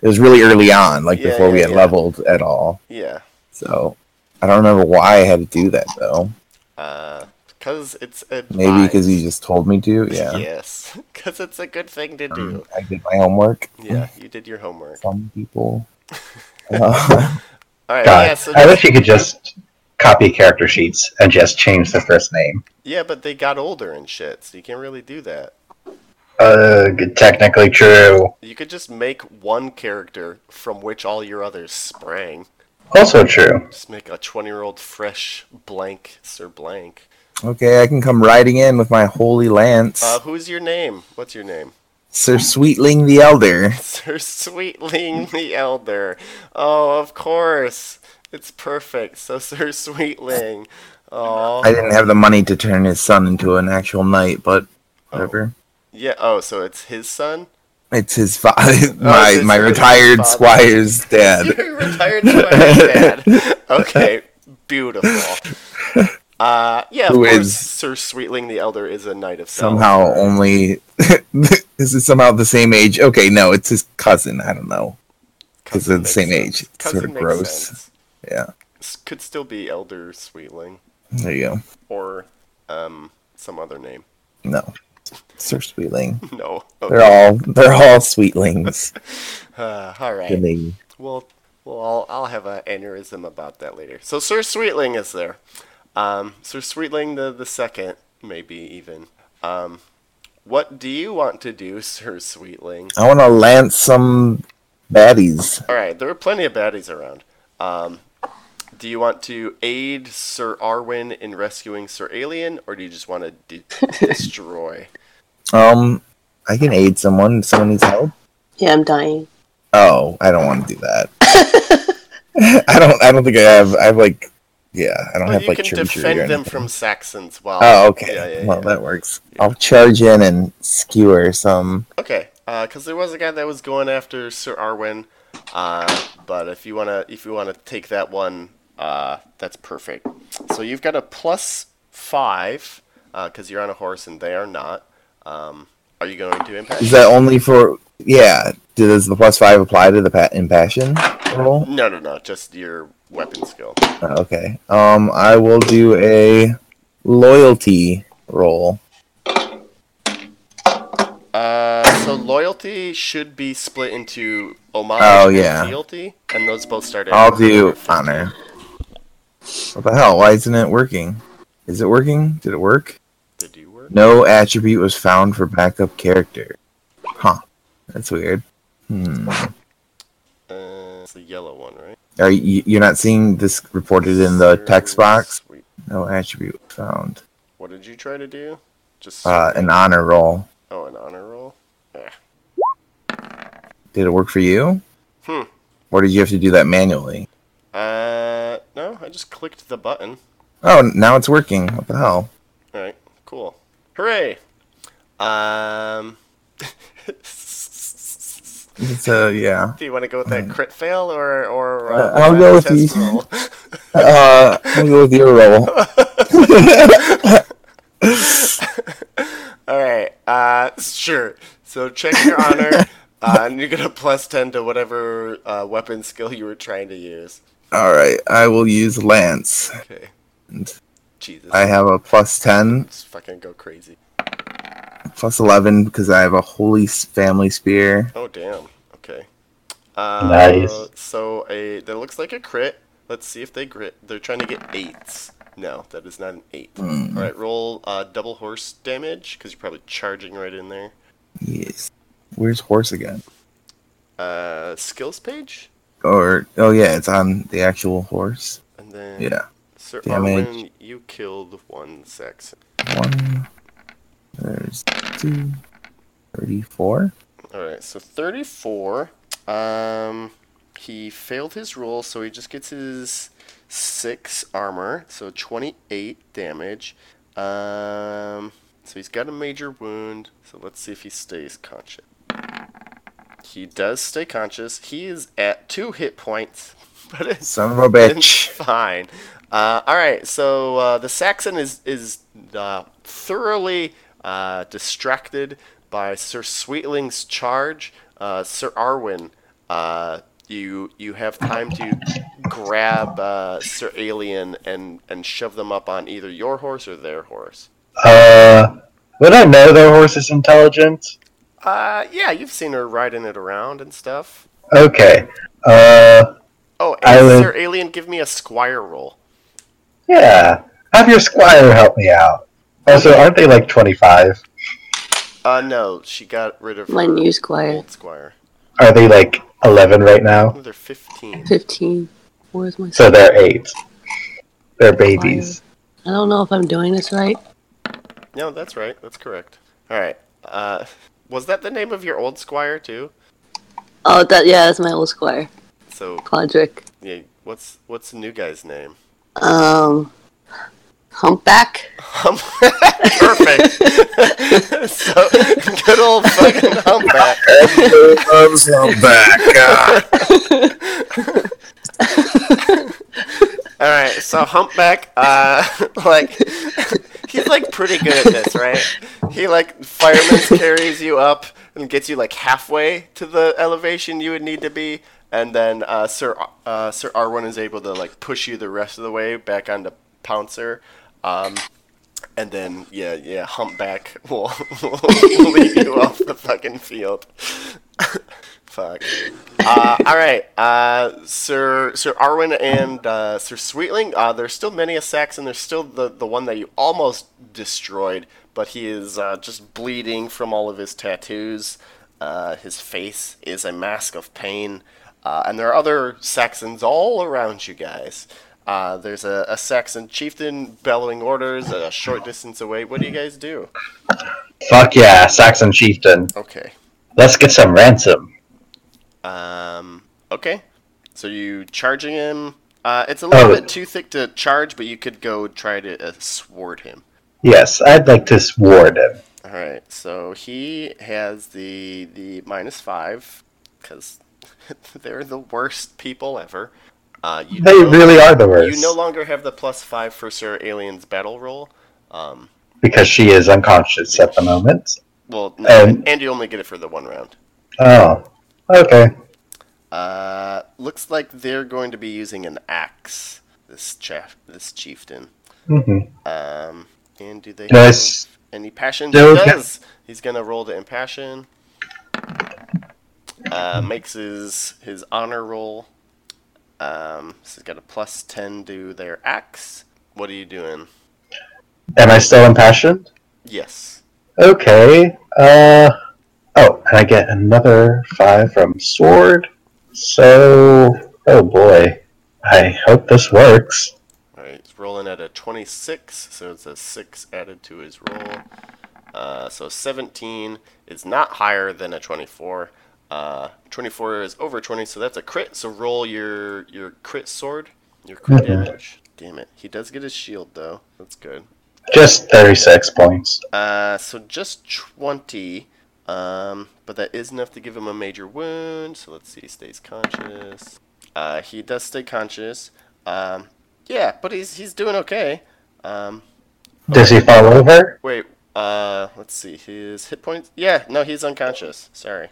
It was really early on, like
Yeah,
before we
yeah,
had
yeah.
leveled at all.
Yeah.
So I don't remember why I had to do that though.
Uh, because it's advised.
Maybe because you just told me to. Yeah.
Yes. (laughs) Because it's a good thing to do.
Um, I did my homework.
Yeah, you did your homework.
(laughs) Some
(laughs)
people. Uh,
All right.
God,
Yeah,
(laughs)
so
I wish you could just copy character sheets and just change the first name.
yeah, but they got older and shit, so you can't really do that.
Uh, technically true.
You could just make one character from which all your others sprang.
Also true.
Just make a 20 year old fresh blank Sir Blank.
okay, I can come riding in with my holy lance,
Uh, who's your name? What's your name?
Sir Sweetling the Elder.
Sir Sweetling the Elder. Oh, of course. It's perfect. So, Sir Sweetling. Oh.
I didn't have the money to turn his son into an actual knight, but whatever.
Yeah, oh, so it's his son?
It's his (laughs) father, my
Oh, it's
my
his
retired
father.
squire's dad.
(laughs) You're retired from my dad. Okay, beautiful. Uh, yeah, of
Who
course,
is-
Sir Sweetling the Elder is a knight of Salisbury.
Somehow, only (laughs) this is somehow the same age. Okay, no, it's his cousin. I don't know because they're the
makes
same
sense.
age. It's sort of
makes
gross.
sense.
Yeah,
S- Could still be Elder Sweetling
there you go.
or um some other name. (laughs)
No, Sir Sweetling.
No.
They're all they're
(laughs)
all Sweetlings.
Uh, all right.
Really.
Well, well, I'll, I'll have an aneurysm about that later. So Sir Sweetling is there. Um, Sir Sweetling the the second, maybe even. Um, what do you want to do, Sir Sweetling?
I want to lance some baddies.
All right, there are plenty of baddies around. Um, Do you want to aid Sir Arwin in rescuing Sir Alien, or do you just want to de- destroy?
Um, I can aid someone. If someone needs help.
Yeah, I'm dying.
Oh, I don't want to do that. (laughs) I don't. I don't think I have. I have like. Yeah, I don't
Well,
have
you
like.
can
chimichurri or
defend them
anything.
from Saxons while.
Oh, okay.
Yeah, yeah,
well,
yeah.
that works. I'll charge in and skewer some.
Okay, because there was a guy that was going after Sir Arwin, uh, but if you wanna if you wanna take that one, uh, that's perfect. So you've got a plus five because you're on a horse and they are not. Um, are you going to impact?
Is that only for? Yeah. Does the plus five apply to the pa- impassion roll?
No, no, no. Just your weapon skill.
Oh, Okay. Um, I will do a loyalty roll.
Uh, so loyalty should be split into homage
Oh,
and
yeah.
fealty, and those both start. at-
I'll do honor. What the hell? Why isn't it working? Is it working? Did it work?
Did you work?
No attribute was found for backup character. Huh. That's weird. Hmm.
Uh, it's the yellow one, right?
Are you, you're not seeing this reported in the text box?
Sweet.
No attribute found.
What did you try to do? Just
Uh, an honor roll.
oh, an honor roll.
Did it work for you?
Hmm.
Or did you have to do that manually?
Uh, no, I just clicked the button.
Oh, now it's working. What the hell?
All right, cool. Hooray! Um, (laughs) do
It's a yeah.
you want to go with that crit fail or or? Uh,
I'll go with
test
the-
roll? (laughs)
Uh, I'll go with your roll.
All right. Uh, sure. So check your
(laughs)
honor, uh, and you get a plus ten to whatever uh, weapon skill you were trying to use.
All right, I will use lance.
Okay.
And
Jesus.
I have a plus ten,
Let's fucking go crazy.
plus eleven because I have a holy s- family spear.
Oh damn. Okay. Uh,
Nice.
So a that looks like a crit. Let's see if they grit. They're trying to get eights. No, that is not an eight.
Hmm.
All right, roll uh, double horse damage because you're probably charging right in there.
Yes. Where's horse again?
Uh, skills page,
Or oh yeah, it's on the actual horse.
and then
Yeah.
Sir
Damage.
Arwen, you killed one sex.
One. There's two. Thirty-four.
All right, so 34. Um, he failed his roll, so he just gets his six armor, so 28 damage. Um, so he's got a major wound. So let's see if he stays conscious. He does stay conscious. He is at two hit points, (laughs) but it's
Son of a
it's (laughs)
bitch.
fine. Uh, all right, so uh, the Saxon is is uh, thoroughly uh, distracted by Sir Sweetling's charge. Uh, Sir Arwin, uh, you you have time to grab uh, Sir Alien and and shove them up on either your horse or their horse.
Uh, would I know their horse is intelligent?
Uh, yeah, you've seen her riding it around and stuff.
Okay. Uh,
Oh,
I
and
would-
Sir Alien, give me a squire roll.
yeah. Have your squire help me out. Also, aren't they like 25?
Uh, no, she got rid of
My
her
new squire,
old squire.
Are they like 11 right now?
Oh, they're fifteen.
15. Where's my
So they're 8. They're babies.
I don't know if I'm doing this right.
No, that's right. That's correct. All right. Uh, was that the name of your old squire too?
Oh, that yeah, that's my old squire,
So
Clodrick.
yeah, what's what's the new guy's name? (laughs)
Um, humpback.
Hum- Perfect. (laughs) so good old fucking humpback.
Loves him back.
All right. So humpback, uh, (laughs) like he's like pretty good at this, right? He like fireman carries you up and gets you like halfway to the elevation you would need to be. And then uh, Sir uh, Sir Arwen is able to like push you the rest of the way back onto Pouncer, um, and then yeah yeah Humpback (laughs) will will leave you off the fucking field. (laughs) Fuck. Uh, all right, uh, Sir Sir Arwen and uh, Sir Sweetling. Uh, there's still many a Saxon. There's still the the one that you almost destroyed, but he is uh, just bleeding from all of his tattoos. Uh, his face is a mask of pain, uh, and there are other Saxons all around you guys. Uh, there's a, a Saxon chieftain bellowing orders a short distance away. What do you guys do?
Fuck yeah, Saxon chieftain.
Okay.
Let's get some ransom.
Um, okay. So you charging him? Uh, it's a little
Oh.
bit too thick to charge, but you could go try to uh, sword him.
Yes, I'd like to sword him.
All right. So he has the the minus five because (laughs) they're the worst people ever. Uh, you
They
no-
really are the
You
worst
no longer have the plus five for Sir Alien's battle roll. Um,
because she is unconscious at the moment.
well, no,
Um,
and you only get it for the one round.
Oh, okay.
Uh, looks like they're going to be using an axe. This chaf- this chieftain.
hmm
Um, and do they
Can I
have
s-
any passion?
do-
he
can-
does. He's gonna roll to impassion. Uh, makes his his honor roll. Um, so he's got a plus ten to their axe. What are you doing?
Am I still impassioned?
Yes.
Okay. Uh. Oh, and I get another five from sword. So, oh boy. I hope this works.
All right, he's rolling at a twenty-six, so it's a six added to his roll. Uh, so seventeen is not higher than a twenty-four. Uh, twenty-four is over twenty, so that's a crit. So roll your your crit sword, your crit
Mhm.
damage. Damn it, he does get his shield though. That's good.
Just 36 points.
Uh, so just 20. Um, but that is enough to give him a major wound. So let's see. He stays conscious. Uh, he does stay conscious. Um, yeah, but he's he's doing okay. Um,
Does he fall over?
wait. Uh, let's see. His hit points. Yeah, no, he's unconscious. Sorry.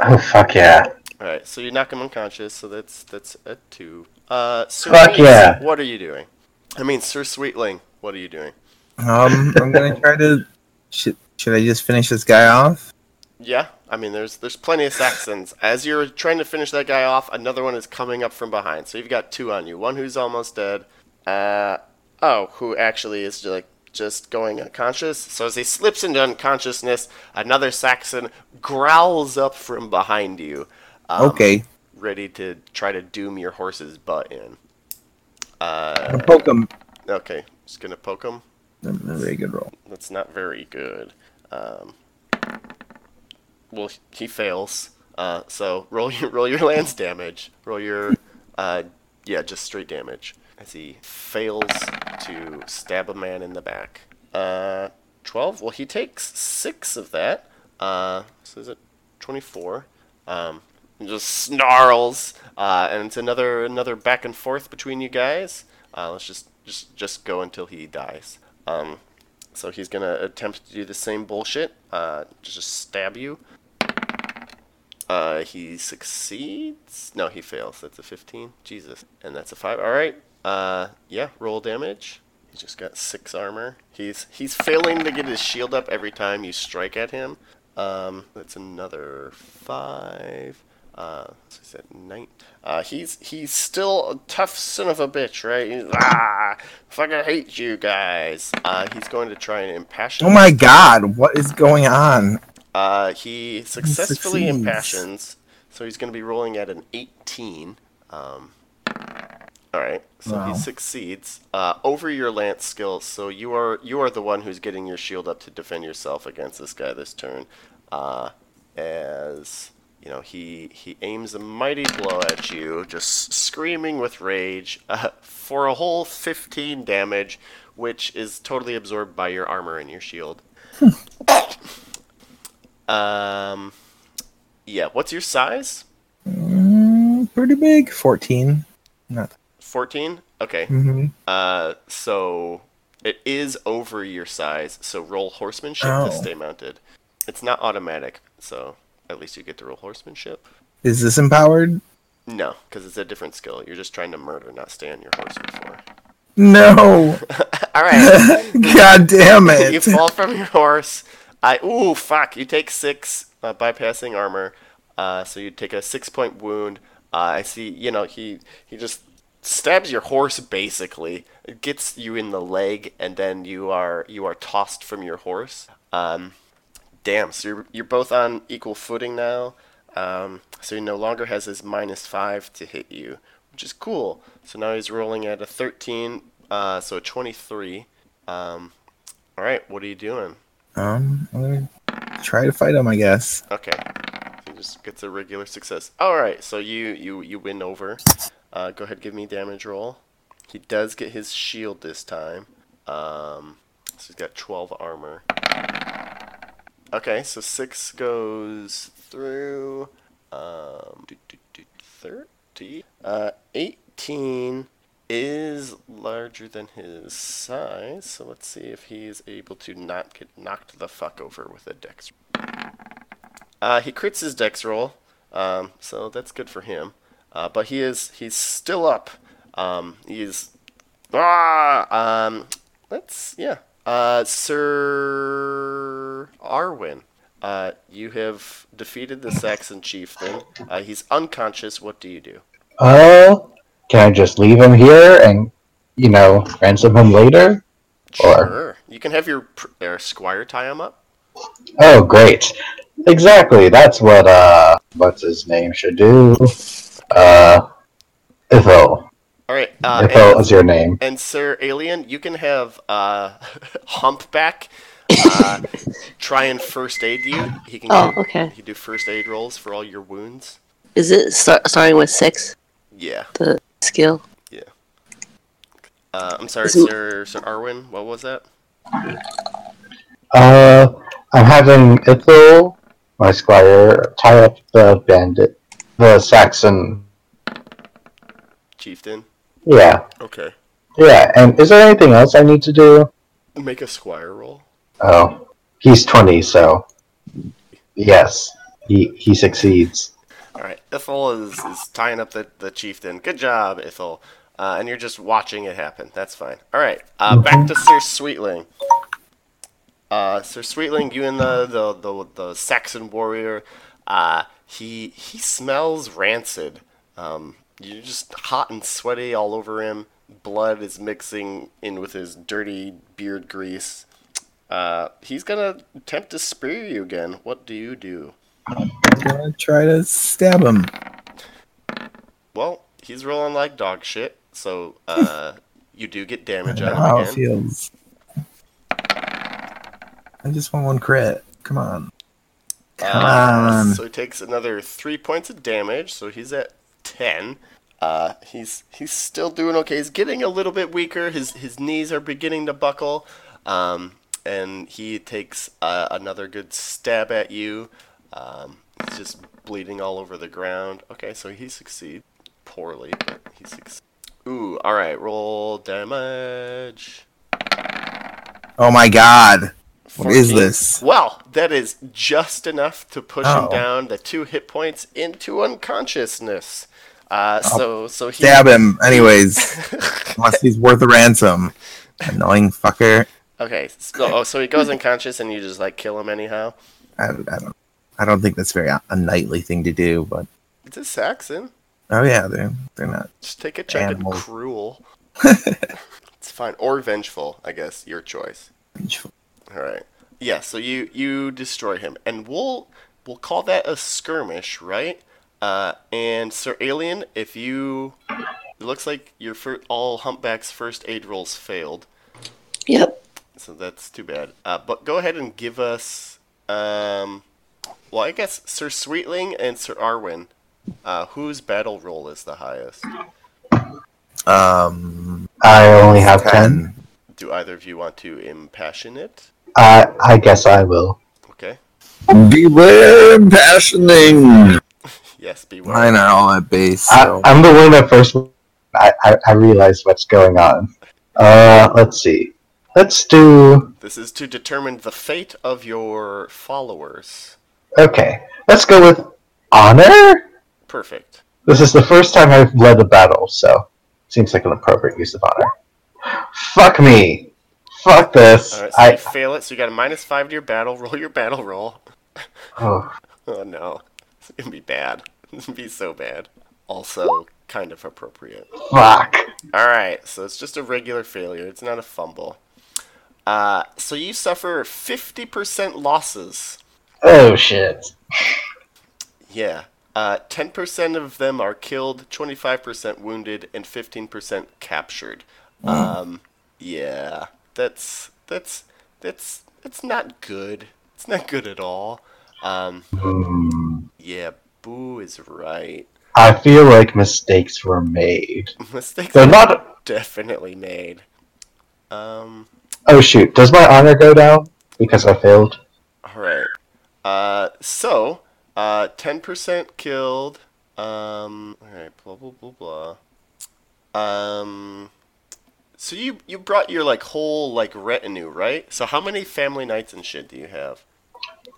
Oh, fuck yeah.
All right. So you knock him unconscious. So that's that's a two. Uh, Sir
Fuck
Weez,
yeah.
What are you doing? I mean, Sir Sweetling. What are you doing?
Um, I'm
(laughs)
gonna try to. Should, should I just finish this guy off?
Yeah, I mean, there's there's plenty of Saxons. As you're trying to finish that guy off, another one is coming up from behind. So you've got two on you. One who's almost dead. Uh, oh, who actually is like just going unconscious. So as he slips into unconsciousness, another Saxon growls up from behind you. Um,
Okay,
Ready to try to doom your horse's butt in.
I'm
Uh,
gonna poke him.
okay, just gonna poke him.
Not a Very good roll.
That's not very good. Um, well, he- he fails. Uh, so roll your roll your lance damage. Roll your uh, yeah, just straight damage as he fails to stab a man in the back. Uh, twelve. Well, he takes six of that. Uh, so is it twenty-four? Um, and just snarls, uh, and it's another another back and forth between you guys. Uh, let's just just just go until he dies. Um, so he's gonna attempt to do the same bullshit. Uh, just stab you. Uh, he succeeds. No, he fails. That's a 15. Jesus. And that's a five. All right. Uh, yeah. Roll damage. He just got six armor. He's he's failing to get his shield up every time you strike at him. Um, that's another five. Uh, so he's at night. Uh, he's he's still a tough son of a bitch, right? He's, ah, fucking hate you guys. Uh, he's going to try and impassion.
Oh my god, what is going on?
Uh, he successfully
succeeds.
impassions, so he's going to be rolling at an 18. Um, all right, so
Wow.
he succeeds uh, over your lance skill. So you are you are the one who's getting your shield up to defend yourself against this guy this turn. Uh, as you know, he he aims a mighty blow at you, just screaming with rage uh, for a whole 15 damage, which is totally absorbed by your armor and your shield. Um, yeah. What's your size?
Mm, pretty big. 14.
Fourteen. Okay.
Mm-hmm.
Uh, so it is over your size. So roll horsemanship
Oh.
to stay mounted. It's not automatic, so at least you get to roll horsemanship.
Is this empowered?
No, because it's a different skill. You're just trying to murder, not stay on your horse before. (laughs)
No. (laughs)
All right.
god damn
you
it.
fall from your horse. I ooh fuck. You take six uh, bypassing armor. Uh, so you take a six point wound. Uh, I see. You know he he just stabs your horse basically. It gets you in the leg, and then you are you are tossed from your horse. Um, damn. So you're you're both on equal footing now. Um, so he no longer has his minus five to hit you, which is cool. So now he's rolling at a 13, uh, so a 23. Um, all right, what are you doing?
Um, I'm gonna try to fight him, I guess.
Okay, so he just gets a regular success. All right, so you you you win over. Uh, go ahead, give me damage roll. He does get his shield this time. Um, so he's got 12 armor. Okay, so six goes through. Um, do, do, do, 30. Uh, 18 is larger than his size, so let's see if he is able to not get knocked the fuck over with a dex. Uh, he crits his dex roll, um, so that's good for him. Uh, but he is he's still up. Um, he's ah um let's yeah uh Sir Arwin. Uh, you have defeated the Saxon chieftain. Uh, he's unconscious. What do you do?
Oh, can I just leave him here and, you know, ransom him later? Or-
Sure. You can have your, pr- your squire tie him up.
Oh, great. Exactly. That's what, uh, what's his name should do. Uh, Ithil.
All right. Uh,
Ithil
and,
is your name.
and Sir Alien, you can have uh, (laughs) Humpback uh, try and first aid you. He can
Oh,
do,
okay.
he can do first aid rolls for all your wounds.
Is it start, starting with six?
Yeah.
The skill.
Uh, I'm sorry,
Is it-
Sir Sir Arwin. What was that?
Uh, I'm having Ithil, my squire, tie up the bandit, the Saxon.
Chieftain.
Yeah,
Okay.
yeah. And is there anything else I need to do?
Make a squire roll.
Oh, he's 20, so. Yes, he, he succeeds.
All right, Ithil is, is tying up the, the chieftain. Good job, Ithil. Uh, and you're just watching it happen. That's fine. All right, uh, back to Sir Sweetling. Uh, Sir Sweetling, you and the the, the, the Saxon warrior, uh, he he smells rancid. Um, you're just hot and sweaty all over him. Blood is mixing in with his dirty beard grease. Uh, he's gonna attempt to spear you again. What do you do?
I'm gonna try to stab him.
Well, he's rolling like dog shit, so
(laughs)
uh, you do get damage
I don't know how
out
it
of him.
feels. I just want one crit. Come on. Come
Uh,
on.
so he takes another three points of damage, so he's at ten. Uh, he's he's still doing okay. He's getting a little bit weaker. His his knees are beginning to buckle, um, and he takes uh, another good stab at you. Um, he's just bleeding all over the ground. Okay, so he succeeds poorly, but he succeeds. Ooh, all right. Roll damage.
Oh my god. What is
14.
this?
Well, that is just enough to push him
Oh.
down the two hit points into unconsciousness. Uh, so so he
Stab him. Anyways. Unless he's worth a ransom. Annoying fucker.
(laughs) okay. So, oh, so he goes unconscious, and you just like kill him anyhow.
I, I don't I don't think that's very a knightly thing to do, but
It's a Saxon.
oh yeah, they're they're not.
Just take a check and
Animals.
cruel.
(laughs)
it's fine or vengeful, I guess. Your choice. All right. Yeah. So you you destroy him, and we'll we'll call that a skirmish, right? Uh, and Sir Alien, if you, it looks like your fir- all humpbacks first aid rolls failed,
Yep.
so that's too bad. Uh, but go ahead and give us, um, well, I guess Sir Sweetling and Sir Arwin, uh, whose battle roll is the highest?
Um
I only have 10.
ten.
Do either of you want to impassion it?
I I guess I will.
Okay.
Uh, Beware impassioning.
Yes. Be well.
Mine are all at base, so
I, I'm the one that first. I, I I realize what's going on. Uh, let's see. Let's do.
This is to determine the fate of your followers.
Okay, let's go with honor.
Perfect.
This is the first time I've led a battle, so seems like an appropriate use of honor. Fuck me. Fuck this.
All right, so you
I
fail it, so you got a minus five to your battle. (laughs) Roll your battle roll.
oh,
Oh no, it's gonna be bad. (laughs) It's gonna be so bad. Also, kind of appropriate.
fuck.
All right, so it's just a regular failure. It's not a fumble. Uh, so you suffer fifty percent losses.
Oh shit.
Yeah. Uh, 10% of them are killed, 25% wounded, and 15% captured. Um, yeah, that's that's that's that's not good. It's not good at all. Um, yeah, Boo is right. (laughs)
Hmm. I feel like mistakes were made.
Mistakes
They're
are
not.
definitely made. Um,
Oh shoot! Does my honor go down because I failed?
All right. Uh, so, uh, ten percent killed. Um, all right. Blah blah blah blah. Um, so you you brought your like whole like retinue, right? So how many family knights and shit do you have?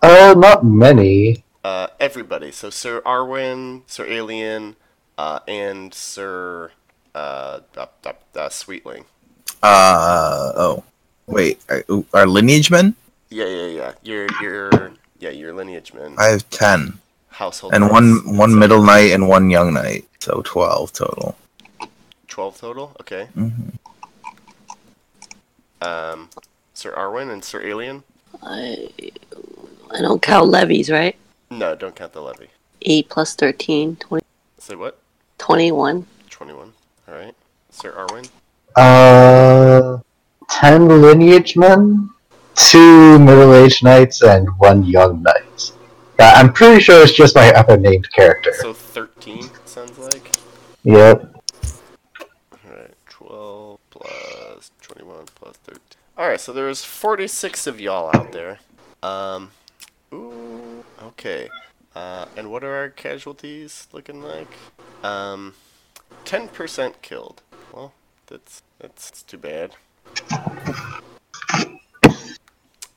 Oh, not many.
Uh, everybody. So Sir Arwen, Sir Alien, uh, and Sir uh, uh, uh, uh Sweetling.
Uh oh. Wait, I- ooh, our lineage men?
Yeah, yeah, yeah. Your your yeah your lineage men.
I have ten,
Household
and
knights.
one one middle knight and one young knight, so twelve total.
12 total? Okay.
Mhm.
Um, Sir Arwen and Sir Alien?
I, I don't count levies, right?
No, don't count the levy.
8 plus 13, 20,
Say what?
21.
21. Alright. Sir Arwen?
Uh, ten lineage men, two middle-aged knights, and one young knight. Yeah, I'm pretty sure it's just my upper named character.
So 13, sounds like.
Yep.
Alright, 12 plus 21 plus 13. Alright, so there's 46 of y'all out there. Um, ooh, okay. Uh, and what are our casualties looking like? Um, 10% killed. Well, that's, that's, that's too bad.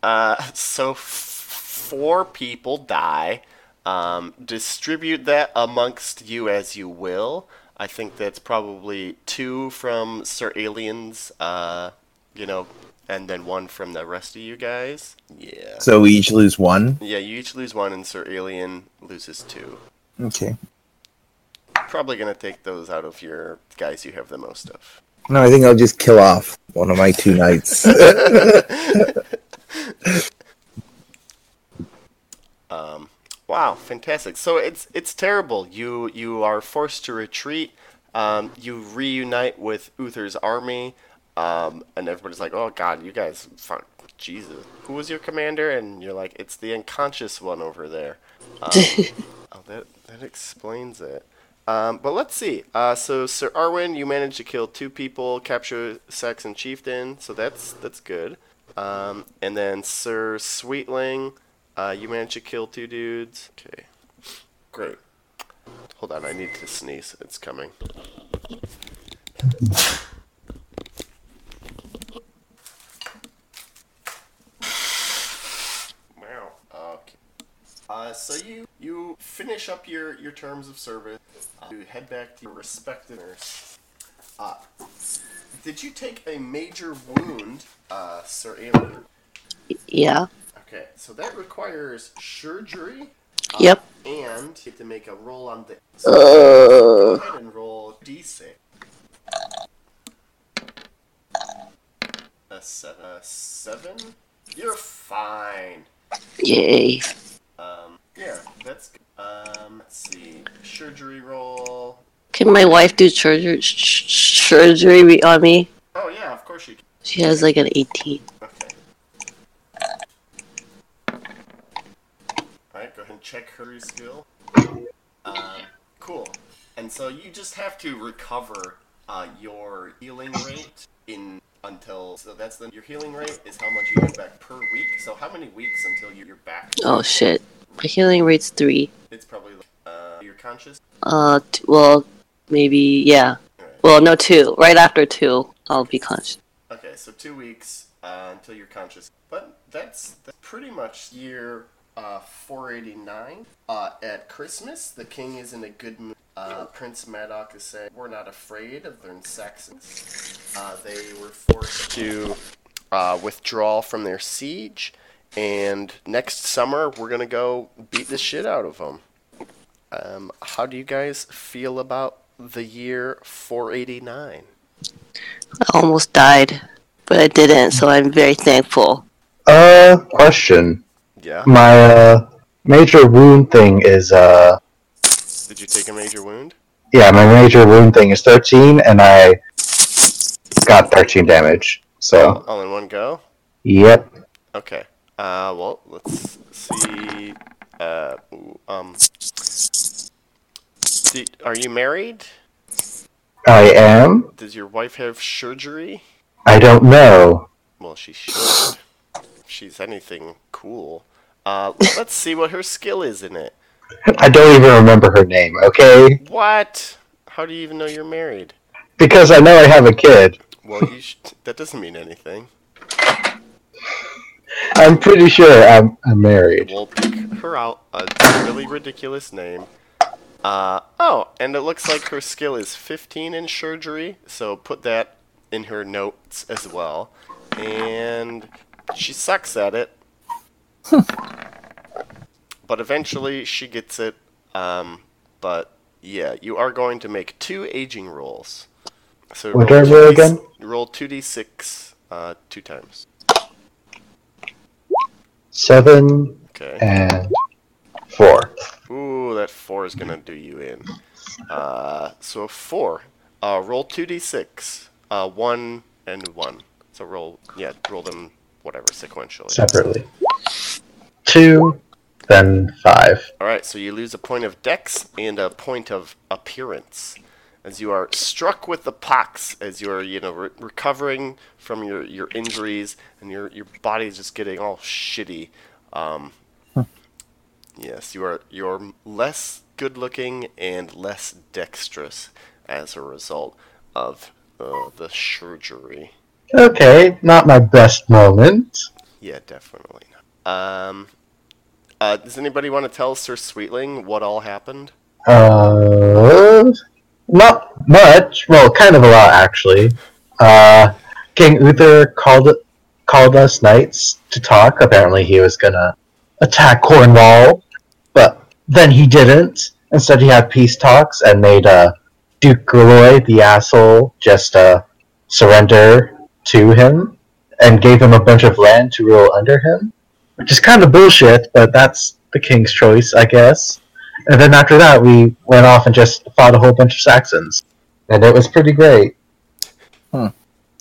Uh, so f- four people die. Um, distribute that amongst you as you will. I think that's probably two from Sir Aliens, uh, you know, and then one from the rest of you guys. Yeah.
So we each lose one.
Yeah, you each lose one, and Sir Alien loses two.
Okay.
Probably gonna take those out of your guys you have the most of.
No, I think I'll just kill off one of my (laughs) two knights.
Um, wow, fantastic! So it's it's terrible. You you are forced to retreat. Um, you reunite with Uther's army, um, and everybody's like, "Oh God, you guys, fuck, Jesus, who was your commander?" And you're like, "It's the unconscious one over there." Um, oh, that that explains it. Um, but let's see. Uh, so Sir Arwen, you managed to kill two people, capture Saxon chieftain, so that's that's good. Um, and then Sir Sweetling, uh, you managed to kill two dudes. Okay, great. Hold on, I need to sneeze. It's coming. Wow. Okay. Uh, so you you finish up your your terms of service. Uh, you head back to your respective nurse. Uh, did you take a major wound, uh, Sir Alien?
Yeah.
Okay, so that requires surgery. uh,
Yep.
And you have to make a roll on the.
Uh,
Go ahead and roll d6. A seven. A seven? You're fine.
yay.
Um, yeah, that's good. Um, let's see. Surgery roll.
Can my wife do surgery, sh- sh- surgery on me?
Oh, yeah, of course you can.
She has like an 18.
Okay. Alright, go ahead and check her skill. Um, cool. And so you just have to recover uh, your healing rate in until so that's the your healing rate is how much you get back per week. So how many weeks until you- you're back?
Oh shit. My healing rate's 3.
It's probably like, uh, you're conscious.
Uh, t- well, maybe, yeah.
Alright.
Well, no, 2. Right after 2, I'll be conscious.
Okay, so two weeks uh, until you're conscious. But that's, that's pretty much year uh, 489. Uh, at Christmas, the king is in a good mood. Uh, Prince Madoc is saying, We're not afraid of the Saxons. Uh, they were forced to uh, withdraw from their siege, and next summer we're going to go beat the shit out of them. Um, how do you guys feel about the year 489?
I almost died, but I didn't, so I'm very thankful.
Uh, question.
Yeah.
My uh, major wound thing is uh,
Did you take a major wound?
Yeah, my major wound thing is 13, and I got 13 damage. So,
All in one go?
yep.
Okay. Uh, well, let's see. Uh, ooh, um, do, are you married?
I am.
Does your wife have surgery?
I don't know.
Well, she should. If She's anything cool. Uh, let's see what her skill is in it.
I don't even remember her name, okay?
What? How do you even know you're married?
Because I know I have a kid.
Well, you sh- that doesn't mean anything.
I'm pretty sure I'm, I'm married.
We'll pick her out a really ridiculous name. Uh, oh, and it looks like her skill is 15 in surgery, so put that in her notes as well. And she sucks at
(laughs)
it. but eventually she gets it. Um, but yeah, you are going to make two aging rolls. So
What
roll
do I roll
2d6
again?
Roll 2d6 uh, two times.
Seven
Okay.
and four.
Ooh, that four is gonna do you in. Uh, so four. Uh, roll two d six. Uh, one and one. So roll, yeah, roll them whatever sequentially.
Separately. Two, then five.
All right, so you lose a point of dex and a point of appearance, as you are struck with the pox, as you are you know re- recovering from your, your injuries, and your your body is just getting all shitty. Um, yes, you are you're less good looking and less dexterous as a result of uh, the surgery.
Okay, not my best moment.
Yeah, definitely. Not. Um, uh, does anybody want to tell Sir Sweetling what all happened?
Uh, not much. Well, kind of a lot actually. Uh, King Uther called called us knights to talk. Apparently, he was gonna attack Cornwall, but then he didn't. Instead, he had peace talks and made uh, Duke Galoy, the asshole, just uh, surrender to him and gave him a bunch of land to rule under him, which is kind of bullshit. But that's the king's choice, I guess. And then after that, we went off and just fought a whole bunch of Saxons. And it was pretty great.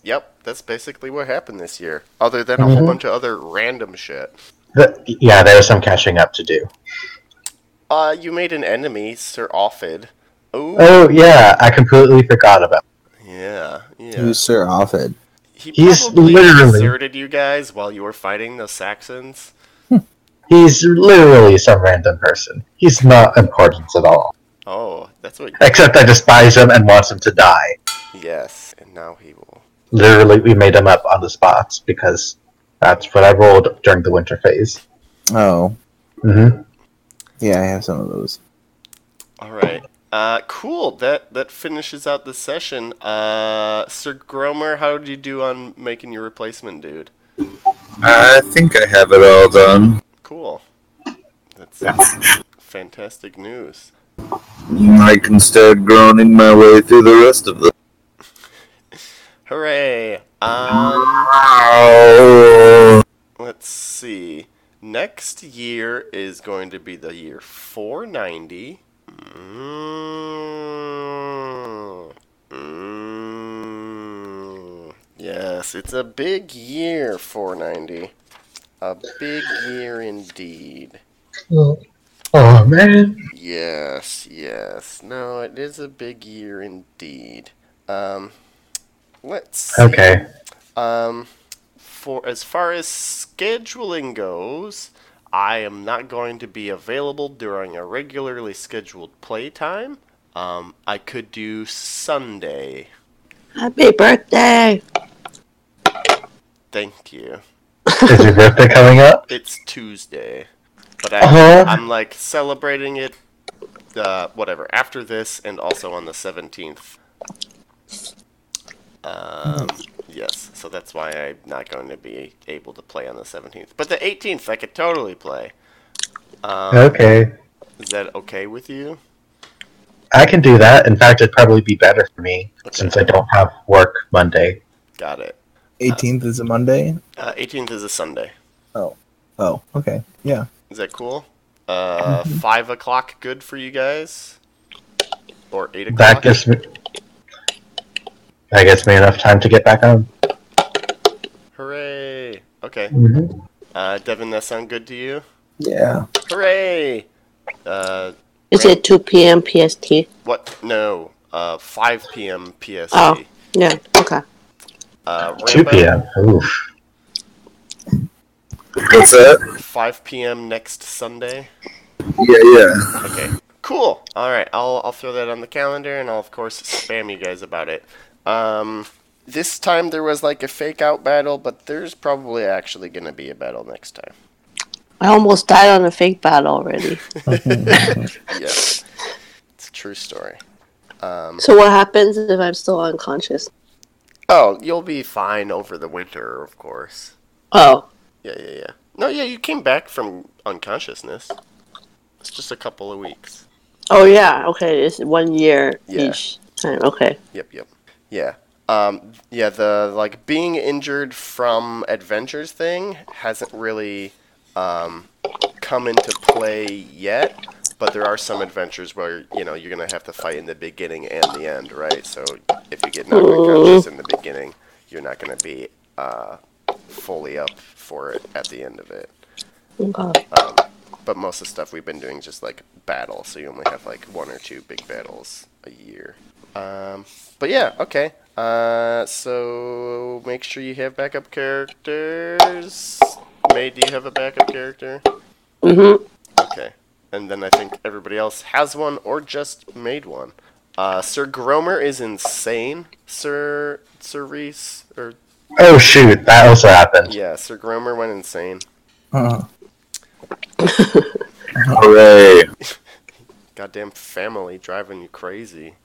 Yep, that's basically what happened this year. Other than a whole
Mhm.
bunch of other random shit.
The, yeah, there was some catching up to do.
Uh, you made an enemy, Sir Offid. Ooh,
Oh, yeah, I completely forgot about
yeah, yeah.
Who's Sir Offit?
He
He's
probably
literally-
deserted you guys while you were fighting the Saxons.
He's literally some random person. He's not important at all.
Oh, that's
(laughs)
what.
Except I despise him and want him to die.
Yes, and now he will.
Literally, we made him up on the spots because that's what I rolled during the winter phase.
Oh,
hmm
yeah, I have some of those.
All right. Uh, cool. That that finishes out the session. Uh, Sir Gromer, how did you do on making your replacement, dude?
I think I have it all done.
Cool.
(laughs)
That's fantastic news.
I can start groaning my way through the rest of the.
Hooray! Um.
Ow.
Let's see. Next year is going to be the year 490. Mm. Mm. Yes, it's a big year, 490. A big year indeed.
Oh, man.
Yes, yes. No, it is a big year indeed. Um, let's see.
Okay.
Um, for as far as scheduling goes, I am not going to be available during a regularly scheduled playtime. Um, I could do Sunday.
Happy birthday!
Thank you.
Is your birthday coming (laughs) up?
It's Tuesday, but I,
Uh-huh.
I'm like celebrating it. Uh, whatever after this, and also on the seventeenth. Um,
Hmm.
yes, so that's why I'm not going to be able to play on the seventeenth. But the eighteenth, I could totally play. Um,
Uh-huh. Okay.
Is that okay with you?
I can do that. In fact, it'd probably be better for me since I don't have work Monday.
Got it.
18th is a Monday.
Uh, 18th is a Sunday.
Oh, okay, yeah.
Mm-hmm.
Is that cool? Uh, five o'clock, good for you guys. or eight
That
o'clock.
gives me. That gives me enough time to get back on.
Hooray! Okay,
Mhm.
uh, Devin, that sound good to you?
Yeah.
Hooray! Uh,
Is it 2 p.m. PST?
what? No, uh, 5 p.m. PST.
Oh. Yeah, okay.
Uh,
2
Rambo,
p.m. Oof.
What's that?
5 p.m. next Sunday.
Yeah, yeah.
Okay. Cool. All right. I'll I'll throw that on the calendar, and I'll of course spam you guys about it. Um, this time there was like a fake out battle, but there's probably actually gonna be a battle next time.
I almost died on a fake battle already.
Yes, it's a true story. Um,
so what happens if I'm still unconscious?
Oh, you'll be fine over the winter, of course.
Oh,
Yeah, yeah, yeah. No, yeah, you came back from unconsciousness. It's just a couple of weeks.
oh yeah, okay. It's one year
Yeah.
each time. Okay.
Yep, yep. Yeah. Um, yeah, the like being injured from adventures thing hasn't really um, come into play yet, but there are some adventures where, you know, you're going to have to fight in the beginning and the end, right? So if you get knocked unconscious in the beginning, you're not going to be uh, fully up for it at the end of it.
Okay.
But most of the stuff we've been doing is just like battle, so you only have like one or two big battles a year. Um, but yeah, okay. Uh, so make sure you have backup characters. May, do you have a backup character?
Mhm.
Okay. And then I think everybody else has one or just made one. Uh, Sir Gromer is insane. Sir Sir Reese or
Oh shoot, that also happened.
yeah, Sir Gromer went insane.
Uh,
Hooray.
Goddamn family driving you crazy.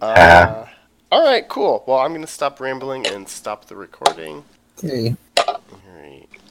Yeah.
Uh, all right, cool. Well, I'm gonna stop rambling and stop the recording.
okay.
All right.